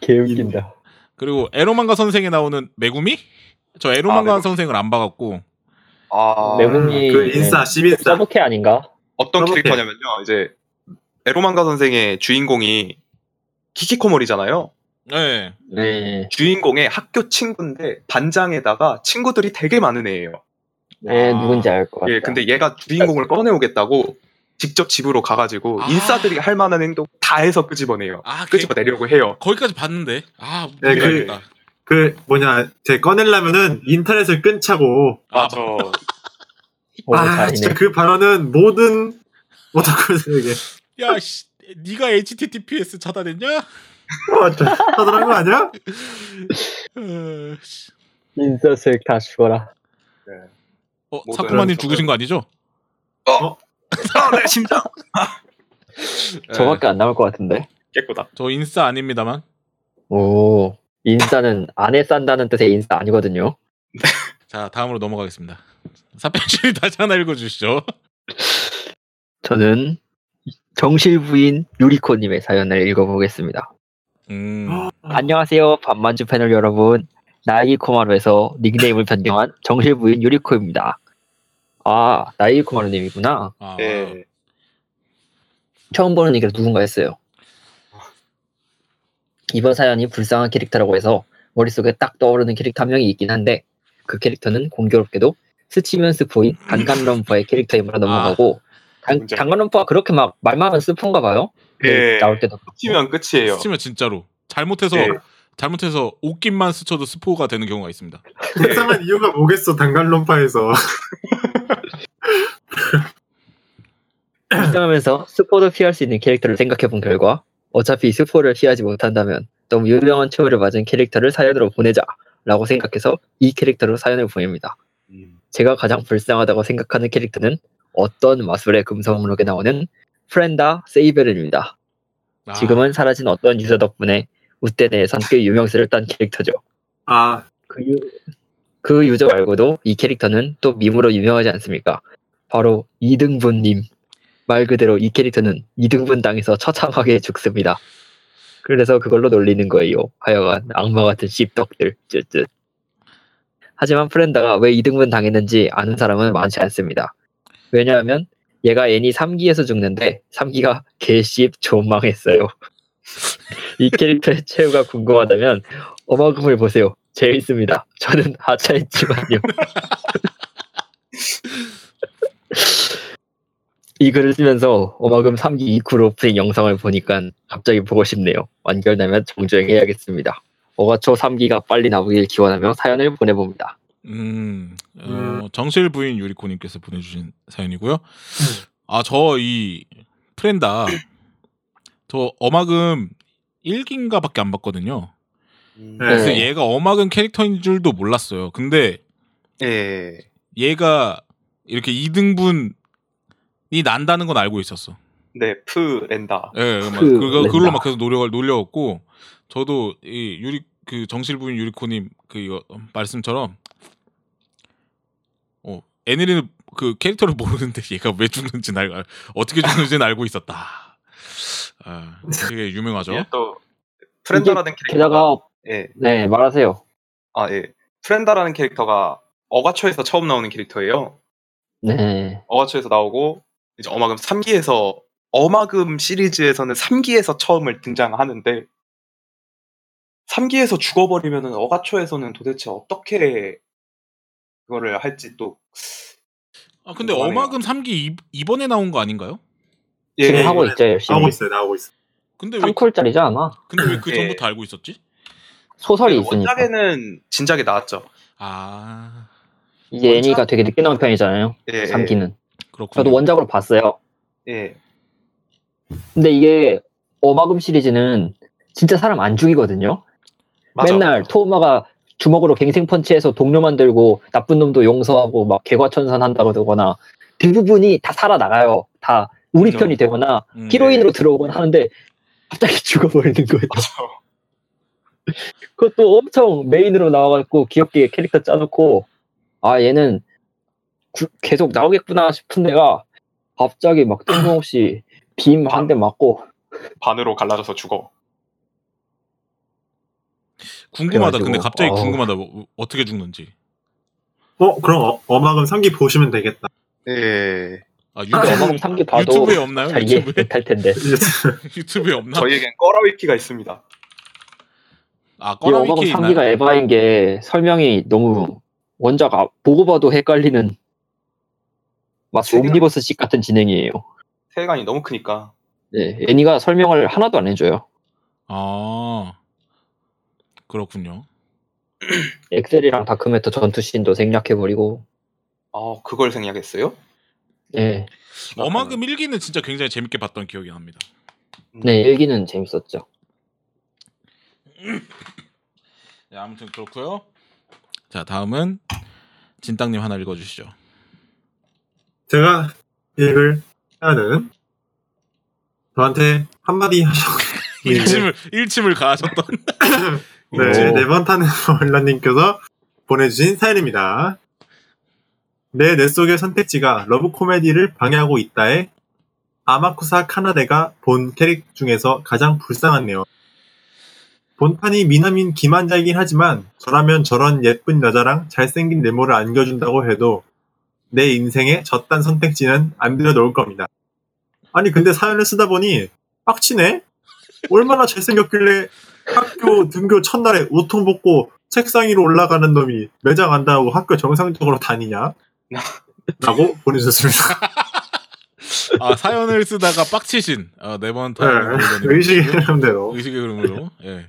F: 개웃긴다
C: 그리고 에로만가 선생에 나오는 메구미? 저 에로만가
D: 아, 메구미.
C: 선생을 안 봐갖고.
D: 아,
F: 매국이
E: 그 인싸, 시민싸.
F: 서브캐 아닌가?
D: 어떤
E: 서브캐.
D: 캐릭터냐면요. 이제 에로만가 선생의 주인공이 키키코몰이잖아요.
C: 네.
F: 네.
D: 주인공의 학교 친구인데 반장에다가 친구들이 되게 많은 애예요.
F: 네
C: 아.
F: 누군지 알 것 같다
D: 예, 근데 얘가 주인공을 꺼내오겠다고 직접 집으로 가가지고
C: 그러니까 아.
D: 인싸들이 할 만한 행동 다 해서 끄집어내요.
C: 아, 그,
D: 끄집어내려고 해요.
C: 거기까지 봤는데. 아,
E: 네, 그-
C: 모르겠다.
E: 그, 뭐냐, 제
F: 음.
E: 꺼내려면은 인터넷을 끊자고.
C: 아,
F: 오,
E: 아,
F: 잘이네.
E: 진짜 그 발언은 모든 오타쿠들에게.
C: 야, 씨. 니가 HTTPS 차단했냐?
E: 와, 저- 뭐 하더란 거 아니야?
F: 네.
C: 어, 씨.
F: 인싸 수익 다 죽어라
C: 어,
D: 모델은
C: 사쿠마님 죽으신 거 아니죠?
D: 아, 내 심장!
F: 저밖에 안 남을 것 같은데
D: 깨끗다.
C: 저 인싸 아닙니다만.
F: 오 인싸는 안에 싼다는 뜻의 인싸 아니거든요
C: 자, 다음으로 넘어가겠습니다. 사편실 다시 하나 읽어주시죠.
F: 저는 정실 부인 유리코님의 사연을 읽어보겠습니다
C: 음,
F: 안녕하세요, 반만주 패널 여러분. 나이기 코마루에서 닉네임을 변경한 정실부인 유리코입니다. 아, 나이기 코마루님이구나.
C: 아,
G: 네.
D: 예.
F: 처음 보는 얘기를 누군가 했어요. 이번 사연이 불쌍한 캐릭터라고 해서 머릿속에 딱 떠오르는 캐릭터 한 명이 있긴 한데 그 캐릭터는 공교롭게도 스치면스 보인 단간럼퍼의 캐릭터임으로 넘어가고 단,
D: 아, 뭔지
F: 단간럼퍼가 그렇게 막 말만 하면 슬픈가 봐요.
D: 예.
F: 나올 때도
D: 치면
G: 네.
D: 끝이에요.
C: 스치면 진짜로. 잘못해서,
D: 예.
C: 잘못해서 옷깃만 스쳐도 스포가 되는 경우가 있습니다.
E: 불쌍한 이유가 뭐겠어, 단간론파에서.
F: 긴장하면서 스포도 피할 수 있는 캐릭터를 생각해본 결과 어차피 스포를 피하지 못한다면 너무 유명한 처우를 맞은 캐릭터를 사연으로 보내자 라고 생각해서 이 캐릭터로 사연을 보냅니다. 제가 가장 불쌍하다고 생각하는 캐릭터는 어떤 마술의 금성으로게 나오는 프렌다 세이베르입니다.
C: 아,
F: 지금은 사라진 어떤 유저 덕분에 우대 내에선 꽤 유명세를 딴 캐릭터죠.
E: 아,
F: 그, 유, 그 유저 말고도 이 캐릭터는 또 밈으로 유명하지 않습니까? 바로 이등분님. 말 그대로 이 캐릭터는 이등분 당해서 처참하게 죽습니다. 그래서 그걸로 놀리는 거예요. 하여간 악마 같은 씹덕들. 쯧쯧. 하지만 프렌다가 왜 이등분 당했는지 아는 사람은 많지 않습니다. 왜냐하면 얘가 애니 3기에서 죽는데 3기가 개씹 존망했어요. 이 캐릭터의 최후가 궁금하다면 어마금을 보세요. 재밌습니다. 저는 하차했지만요. 이 글을 쓰면서 어마금 3기 2쿨 오프닝 영상을 보니까 갑자기 보고 싶네요. 완결나면 정주행해야겠습니다. 어가초 3기가 빨리 나오길 기원하며 사연을 보내봅니다.
C: 음, 어,
E: 음.
C: 정실 부인 유리코님께서 보내주신 사연이고요. 아, 저 이 프렌다, 저 어마금 1기인가밖에 안 봤거든요.
F: 음.
E: 네.
C: 그래서 얘가 어마금 캐릭터인 줄도 몰랐어요. 근데
D: 예.
C: 얘가 이렇게 2등분이 난다는 건 알고 있었어.
D: 네, 프렌다.
C: 예, 막
F: 그
C: 그거
F: 렌다.
C: 그걸로 막 계속 노력을 놀려왔고 저도 이 유리 그 정실부인 유리코님 그 이거 말씀처럼 어 애니는 그 캐릭터를 모르는데 얘가 왜 죽는지 날 알- 어떻게 죽는지는 알고 있었다. 아, 되게 유명하죠.
D: 예, 또 프렌다라는 캐릭터가
F: 게다가
D: 예.
F: 네 말하세요.
D: 아, 예. 프렌다라는 캐릭터가 어가초에서 처음 나오는 캐릭터예요.
F: 네.
D: 어가초에서 나오고 이제 어마금 3기에서 어마금 시리즈에서는 3기에서 처음을 등장하는데 3기에서 죽어버리면은 어가초에서는 도대체 어떻게 그거를 할지 또
C: 아 근데
D: 궁금하네요.
C: 어마금 3기 이, 이번에 나온 거 아닌가요?
D: 예,
F: 지금 하고
E: 이번에
F: 있죠 열심히.
E: 나오고 있어요, 나오고 있어.
C: 근데 왜
F: 3쿨짜리지 않아?
C: 근데 왜 그
D: 예.
C: 전부터 알고 있었지?
F: 소설이 있으니까.
D: 원작에는 진작에 나왔죠.
C: 아
F: 이게 애니가 되게 늦게 나온 편이잖아요.
D: 예,
F: 잠기는.
C: 그렇군요.
F: 저도 원작으로 봤어요.
D: 예.
F: 근데 이게 어마금 시리즈는 진짜 사람 안 죽이거든요.
D: 맞아.
F: 맨날 토마가 주먹으로 갱생 펀치해서 동료 만들고 나쁜 놈도 용서하고 막 개과천선한다 그러거나 대부분이 다 살아나가요. 다 우리
D: 그죠. 네.
F: 편이 되거나
C: 음,
F: 히로인으로 들어오곤 하는데 갑자기 죽어버리는 거예요.
D: 맞아.
F: 그것도 엄청 메인으로 나와갖고 귀엽게 캐릭터 짜놓고 아 얘는 구- 계속 나오겠구나 싶은 데가 갑자기 막 뜬금없이 빔 한 대 맞고
D: 반으로 갈라져서 죽어.
C: 궁금하다. 근데
F: 그래가지고,
C: 갑자기
F: 어.
C: 궁금하다. 뭐, 어떻게 죽는지.
E: 어, 그럼 어, 어마금 3기 보시면 되겠다.
D: 예.
C: 아 유튜브
F: 어마금 3기 봐도
C: 유튜브에 없나요?
F: 잘 이해
C: 유튜브에
F: 못할 텐데
C: 유튜브에 없나?
D: 저희에겐 꺼라위키가 있습니다.
C: 아
F: 이 어마금
C: 꺼라위키 있나?
F: 3기가 에바인 게 설명이 너무 원작 앞- 보고 봐도 헷갈리는 막
D: 세계관-
F: 옴니버스식 같은 진행이에요.
D: 세계관이 너무 크니까.
F: 네, 애니가 설명을 하나도 안 해줘요.
C: 아 그렇군요.
F: 엑셀이랑 다크메터 전투씬도 생략해버리고
D: 아, 그걸 생략했어요?
F: 네,
E: 아,
C: 어마금 1기는 진짜 굉장히 재밌게 봤던 기억이 납니다. 음.
F: 네 일기는 재밌었죠.
C: 네, 아무튼 그렇고요. 자 다음은 진땅님 하나 읽어주시죠.
E: 제가 읽을 사연은 저한테 한마디 하셔. 예.
C: 일침을 일침을 가하셨던.
E: 네, 네번 타는 월라님께서 보내주신 사연입니다. 내 뇌 속의 선택지가 러브 코미디를 방해하고 있다에 아마쿠사 카나데가 본 캐릭 중에서 가장 불쌍한네요. 본판이 미남인 김한자이긴 하지만 저라면 저런 예쁜 여자랑 잘생긴 네모를 안겨준다고 해도 내 인생에 저딴 선택지는 안 들여놓을 겁니다. 아니 근데 사연을 쓰다 보니 빡치네? 얼마나 잘생겼길래 학교 등교 첫날에 옷통 벗고 책상 위로 올라가는 놈이 매장 안 다니고 학교 정상적으로 다니냐? 라고 보내주셨습니다.
C: 아 사연을 쓰다가 빡치신 아, 네번
E: 네,
C: 타는 의견이군요.
E: 의식의 흐름대로.
C: 의식의 흐름으로. 예.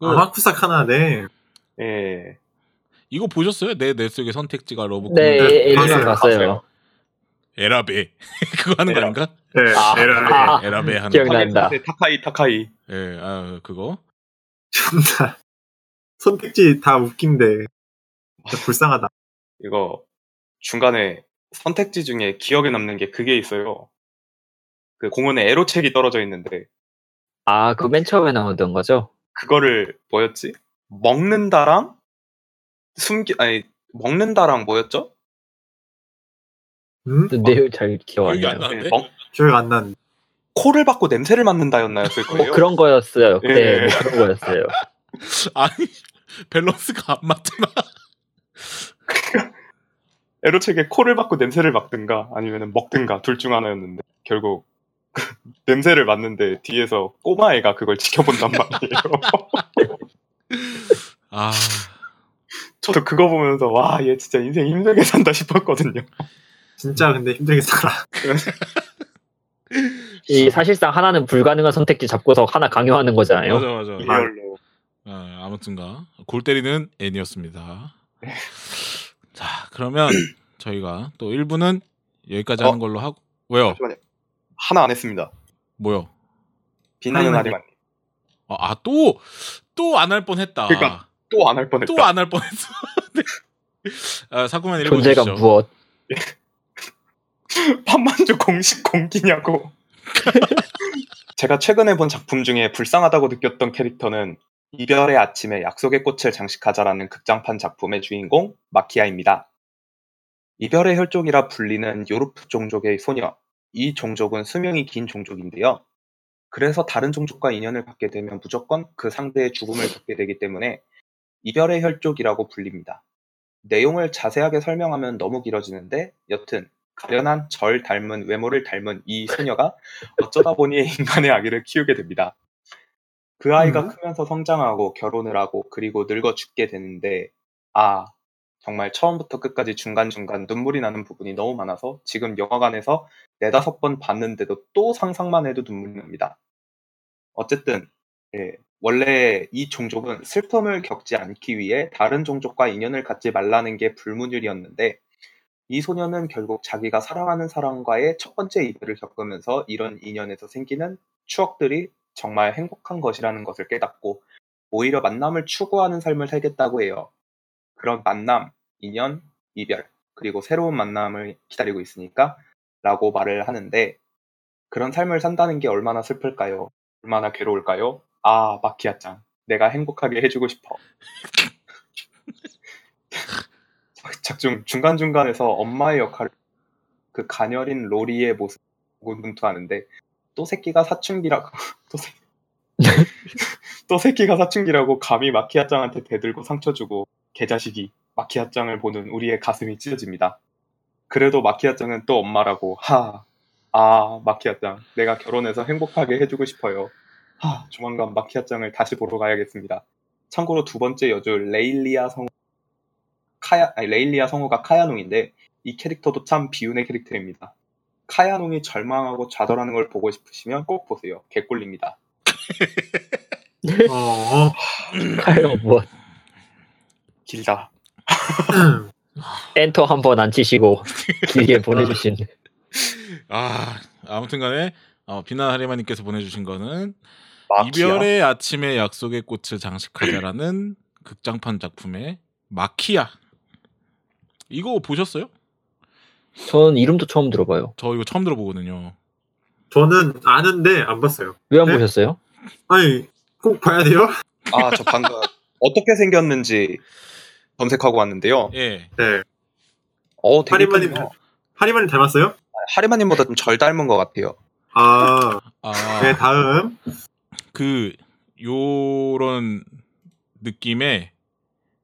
C: 그,
E: 아마쿠삭 하나네.
D: 예.
C: 이거 보셨어요? 내 뇌 속의 선택지가 러브
F: 네,
C: 코미디.
F: 애- 애니만
E: 봤어요,
F: 봤어요.
C: 에라베 그거 하는 거
D: 에라.
C: 아닌가?
E: 네,
D: 아.
E: 에라네.
F: 아,
C: 에라베 하는 거.
F: 기억나. 기억난다.
D: 네, 타카이 타카이.
C: 예, 아 그거.
E: 존나. 선택지 다 웃긴데. 진짜 불쌍하다.
D: 이거 중간에 선택지 중에 기억에 남는 게 그게 있어요. 그 공원에 에로책이 떨어져 있는데
F: 아, 그 맨 처음에 나오던 거죠?
D: 그거를 뭐였지? 먹는다랑 숨기 아니 먹는다랑 뭐였죠?
E: 음?
F: 근데 내용 잘 기억 안
C: 기억이 아, 안
F: 나요.
C: 나는데.
D: 네, 먹-
E: 기억이 안 나는데.
D: 코를 받고 냄새를 맡는다였나였을
F: 뭐
D: 거예요.
F: 그런 거였어요.
D: 예.
F: 네, 뭐 그런 거였어요.
C: 아니 밸런스가 안 맞잖아.
D: 에로책에 코를 받고 냄새를 맡든가 아니면 먹든가 둘 중 하나였는데 결국 냄새를 맡는데 뒤에서 꼬마애가 그걸 지켜본단 말이에요.
C: 아
D: 저도 그거 보면서 와 얘 진짜 인생 힘들게 산다 싶었거든요.
E: 진짜 근데 힘들게 살아.
F: 이 사실상 하나는 불가능한 선택지 잡고서 하나 강요하는 거잖아요.
C: 맞아 맞아.
D: 네. 리얼로.
C: 아, 아무튼가 골 때리는 애니였습니다. 자 그러면 저희가 또 1부는 여기까지 하는 걸로 하고 왜요?
D: 어? 하나 안 했습니다.
C: 뭐요?
D: 비나는
E: 하나
D: 아리만
C: 아또 또 안 할 뻔했다.
D: 그러니까. 또 안 할 뻔했다.
C: 또 안 할 뻔했어. 네. 아, 사쿠만
F: 존재가
C: 읽어주시죠.
F: 무엇?
D: 판만주 공식 공기냐고. 제가 최근에 본 작품 중에 불쌍하다고 느꼈던 캐릭터는 이별의 아침에 약속의 꽃을 장식하자라는 극장판 작품의 주인공 마키아입니다. 이별의 혈족이라 불리는 요르프 종족의 소녀. 이 종족은 수명이 긴 종족인데요. 그래서 다른 종족과 인연을 갖게 되면 무조건 그 상대의 죽음을 겪게 되기 때문에 이별의 혈족이라고 불립니다. 내용을 자세하게 설명하면 너무 길어지는데 여튼 가련한 절 닮은 외모를 닮은 이 소녀가 어쩌다 보니 인간의 아기를 키우게 됩니다. 그 아이가 크면서 성장하고 결혼을 하고 그리고 늙어 죽게 되는데 아 정말 처음부터 끝까지 중간중간 눈물이 나는 부분이 너무 많아서 지금 영화관에서 네다섯 번 봤는데도 또 상상만 해도 눈물이 납니다. 어쨌든 예, 원래 이 종족은 슬픔을 겪지 않기 위해 다른 종족과 인연을 갖지 말라는 게 불문율이었는데 이 소녀는 결국 자기가 사랑하는 사람과의 첫 번째 이별을 겪으면서 이런 인연에서 생기는 추억들이 정말 행복한 것이라는 것을 깨닫고 오히려 만남을 추구하는 삶을 살겠다고 해요. 그런 만남, 인연, 이별, 그리고 새로운 만남을 기다리고 있으니까 라고 말을 하는데 그런 삶을 산다는 게 얼마나 슬플까요? 얼마나 괴로울까요? 아, 마키아짱. 내가 행복하게 해주고 싶어. 작중 중간중간에서 엄마의 역할, 그 가녀린 로리의 모습 고군분투하는데 또 새끼가 사춘기라고 또, 새... 또 새끼가 사춘기라고 감히 마키아짱한테 대들고 상처 주고 개자식이 마키아짱을 보는 우리의 가슴이 찢어집니다. 그래도 마키아짱은 또 엄마라고 하. 아, 마키아짱. 내가 결혼해서 행복하게 해주고 싶어요. 하, 조만간 마키아짱을 다시 보러 가야겠습니다. 참고로 두 번째 여주 레일리아 성우 카야 아니, 레일리아 성우가 카야농인데 이 캐릭터도 참 비운의 캐릭터입니다. 카야농이 절망하고 좌절하는 걸 보고 싶으시면 꼭 보세요. 개꿀입니다.
E: 어, 어.
F: 카요 뭐
D: 길다.
F: 엔터 한 번 안 치시고 길게 보내주신
C: 아 아무튼간에 어, 비나 하리마님께서 보내주신 거는
D: 마키아.
C: 이별의 아침에 약속의 꽃을 장식하자라는 극장판 작품의 마키야. 이거 보셨어요?
F: 저는 이름도 처음 들어봐요.
C: 저 이거 처음 들어보거든요.
E: 저는 아는데 안 봤어요.
F: 왜 안
E: 네?
F: 보셨어요?
E: 아니 꼭 봐야 돼요?
D: 아, 저 방금 어떻게 생겼는지 검색하고 왔는데요.
C: 예.
E: 네.
D: 어, 되게
E: 하리마님
D: 이쁘네요.
E: 하리만이 닮았어요?
D: 하리마님보다 좀 절 닮은 것 같아요.
E: 아,
C: 아,
E: 네 다음
C: 그 요런 느낌의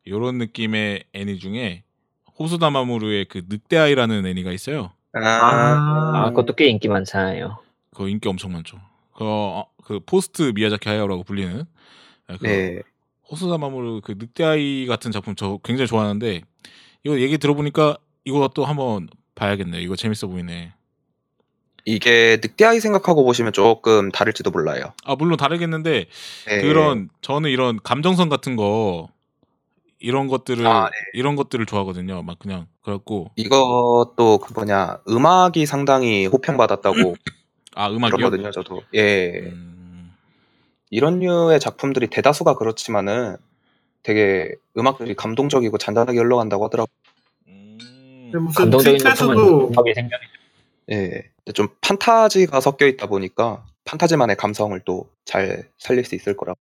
C: 요런 느낌의 애니 중에 호소다마무르의 그 늑대아이라는 애니가 있어요.
F: 아,
E: 아,
F: 그것도 꽤 인기 많잖아요.
C: 그거 인기 엄청 많죠. 그, 어, 그 포스트 미야자키 하야오라고 불리는 아, 그
D: 네.
C: 호소다마무르 그 늑대아이 같은 작품 저 굉장히 좋아하는데 이거 얘기 들어보니까 이거 또 한번 봐야겠네. 이거 재밌어 보이네.
D: 이게 늑대아이 생각하고 보시면 조금 다를지도 몰라요.
C: 아 물론 다르겠는데
D: 네.
C: 그런 저는 이런 감정선 같은 거 이런 것들을
D: 아, 네.
C: 이런 것들을 좋아하거든요. 막 그냥 그래갖고
D: 이것도 그 뭐냐 음악이 상당히 호평받았다고
C: 아 음악이요.
D: 들었거든요. 저도 예
C: 음,
D: 이런 류의 작품들이 대다수가 그렇지만은 되게 음악들이 감동적이고 잔잔하게 흘러간다고 하더라고.
C: 음.
E: 무슨
F: 감동적인
E: 트윗에서도
F: 작품은 하게 생각.
D: 예, 근데 좀 판타지가 섞여 있다 보니까 판타지만의 감성을 또 잘 살릴 수 있을 거라고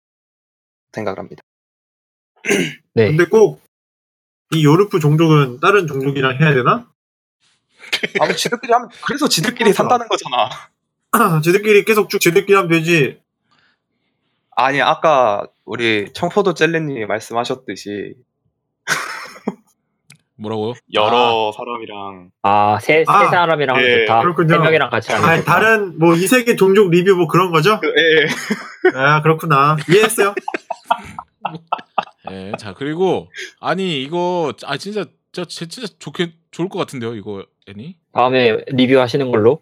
D: 생각을 합니다.
F: 네.
E: 근데 꼭 이 요르프 종족은 다른 종족이랑 해야 되나?
D: 아무 지들끼리 하면 그래서 지들끼리 산다는 거잖아.
E: 쟤들끼리 계속 쭉 쟤들끼리 하면 되지.
D: 아니 아까 우리 청포도 젤리님이 말씀하셨듯이
C: 뭐라고요?
D: 여러 사람이랑
F: 아, 세,
E: 아,
F: 세 사람이랑 하면
D: 예,
F: 좋다.
E: 그렇군요.
F: 세 명이랑 같이 하면
E: 아,
F: 좋다.
E: 다른 뭐 이 세계 종족 리뷰 뭐 그런 거죠?
D: 그, 예, 예.
E: 아 그렇구나 이해했어요.
C: 아, 예. 자 그리고 아니 이거 아 진짜 저 제- 진짜 좋게 좋을 것 같은데요. 이거 애니
F: 다음에 리뷰하시는 걸로.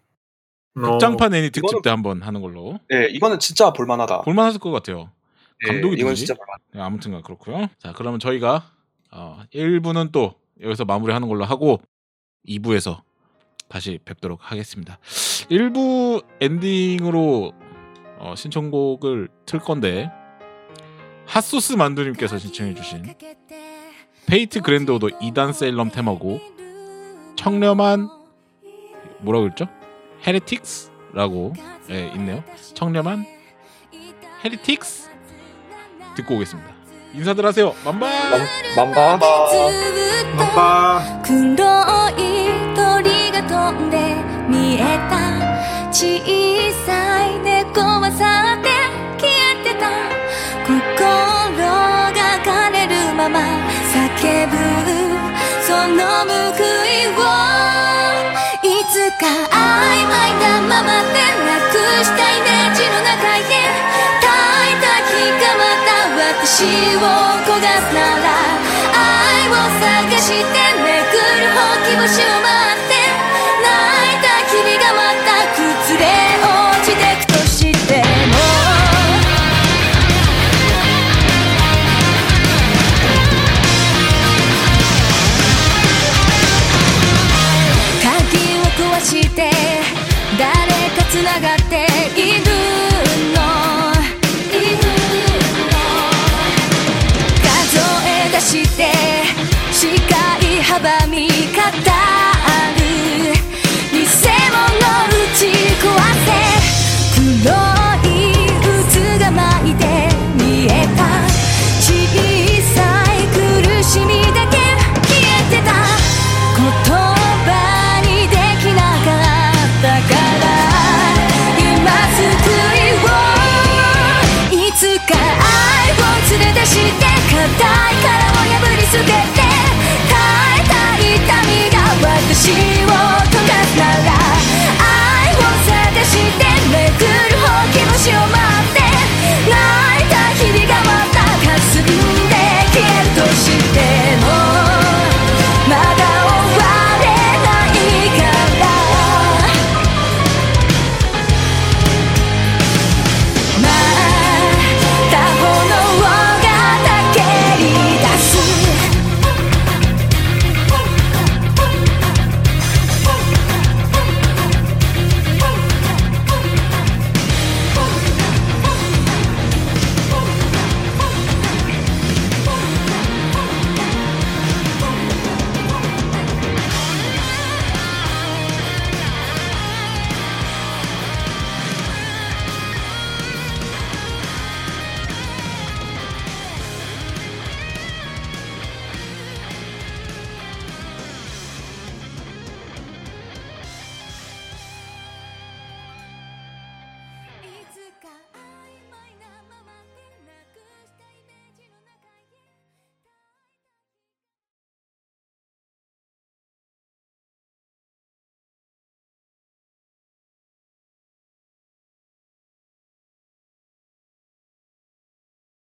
E: 어,
C: 극장판 애니 특집
D: 이거는-
C: 때 한번 하는 걸로
D: 예, 이거는 진짜 볼만하다.
C: 볼만하실 것 같아요.
D: 예,
C: 감독이
D: 이건
C: 누구지?
D: 진짜 볼만.
C: 네, 아무튼간 그렇고요. 자, 그러면 저희가 어, 1부는 또 여기서 마무리하는 걸로 하고 2부에서 다시 뵙도록 하겠습니다. 1부 엔딩으로 어, 신청곡을 틀 건데 핫소스 만두님께서 신청해주신 페이트 그랜드 오더 2단 세일럼 테마고 청렴한 뭐라고 그랬죠? 헤레틱스라고 예, 있네요. 청렴한 헤리틱스 듣고 오겠습니다. 인사들 하세요. 만발.
B: ず
F: 만바.
B: っと
E: 어. 빠
B: 黒い鳥が飛んで見えた小さい猫は去って消えてた心が枯れるまま叫ぶその報いをいつか曖昧なままでなくしたイメージの中へ耐えた日がまた私を焦がすなら愛を探してめぐるほうき星を回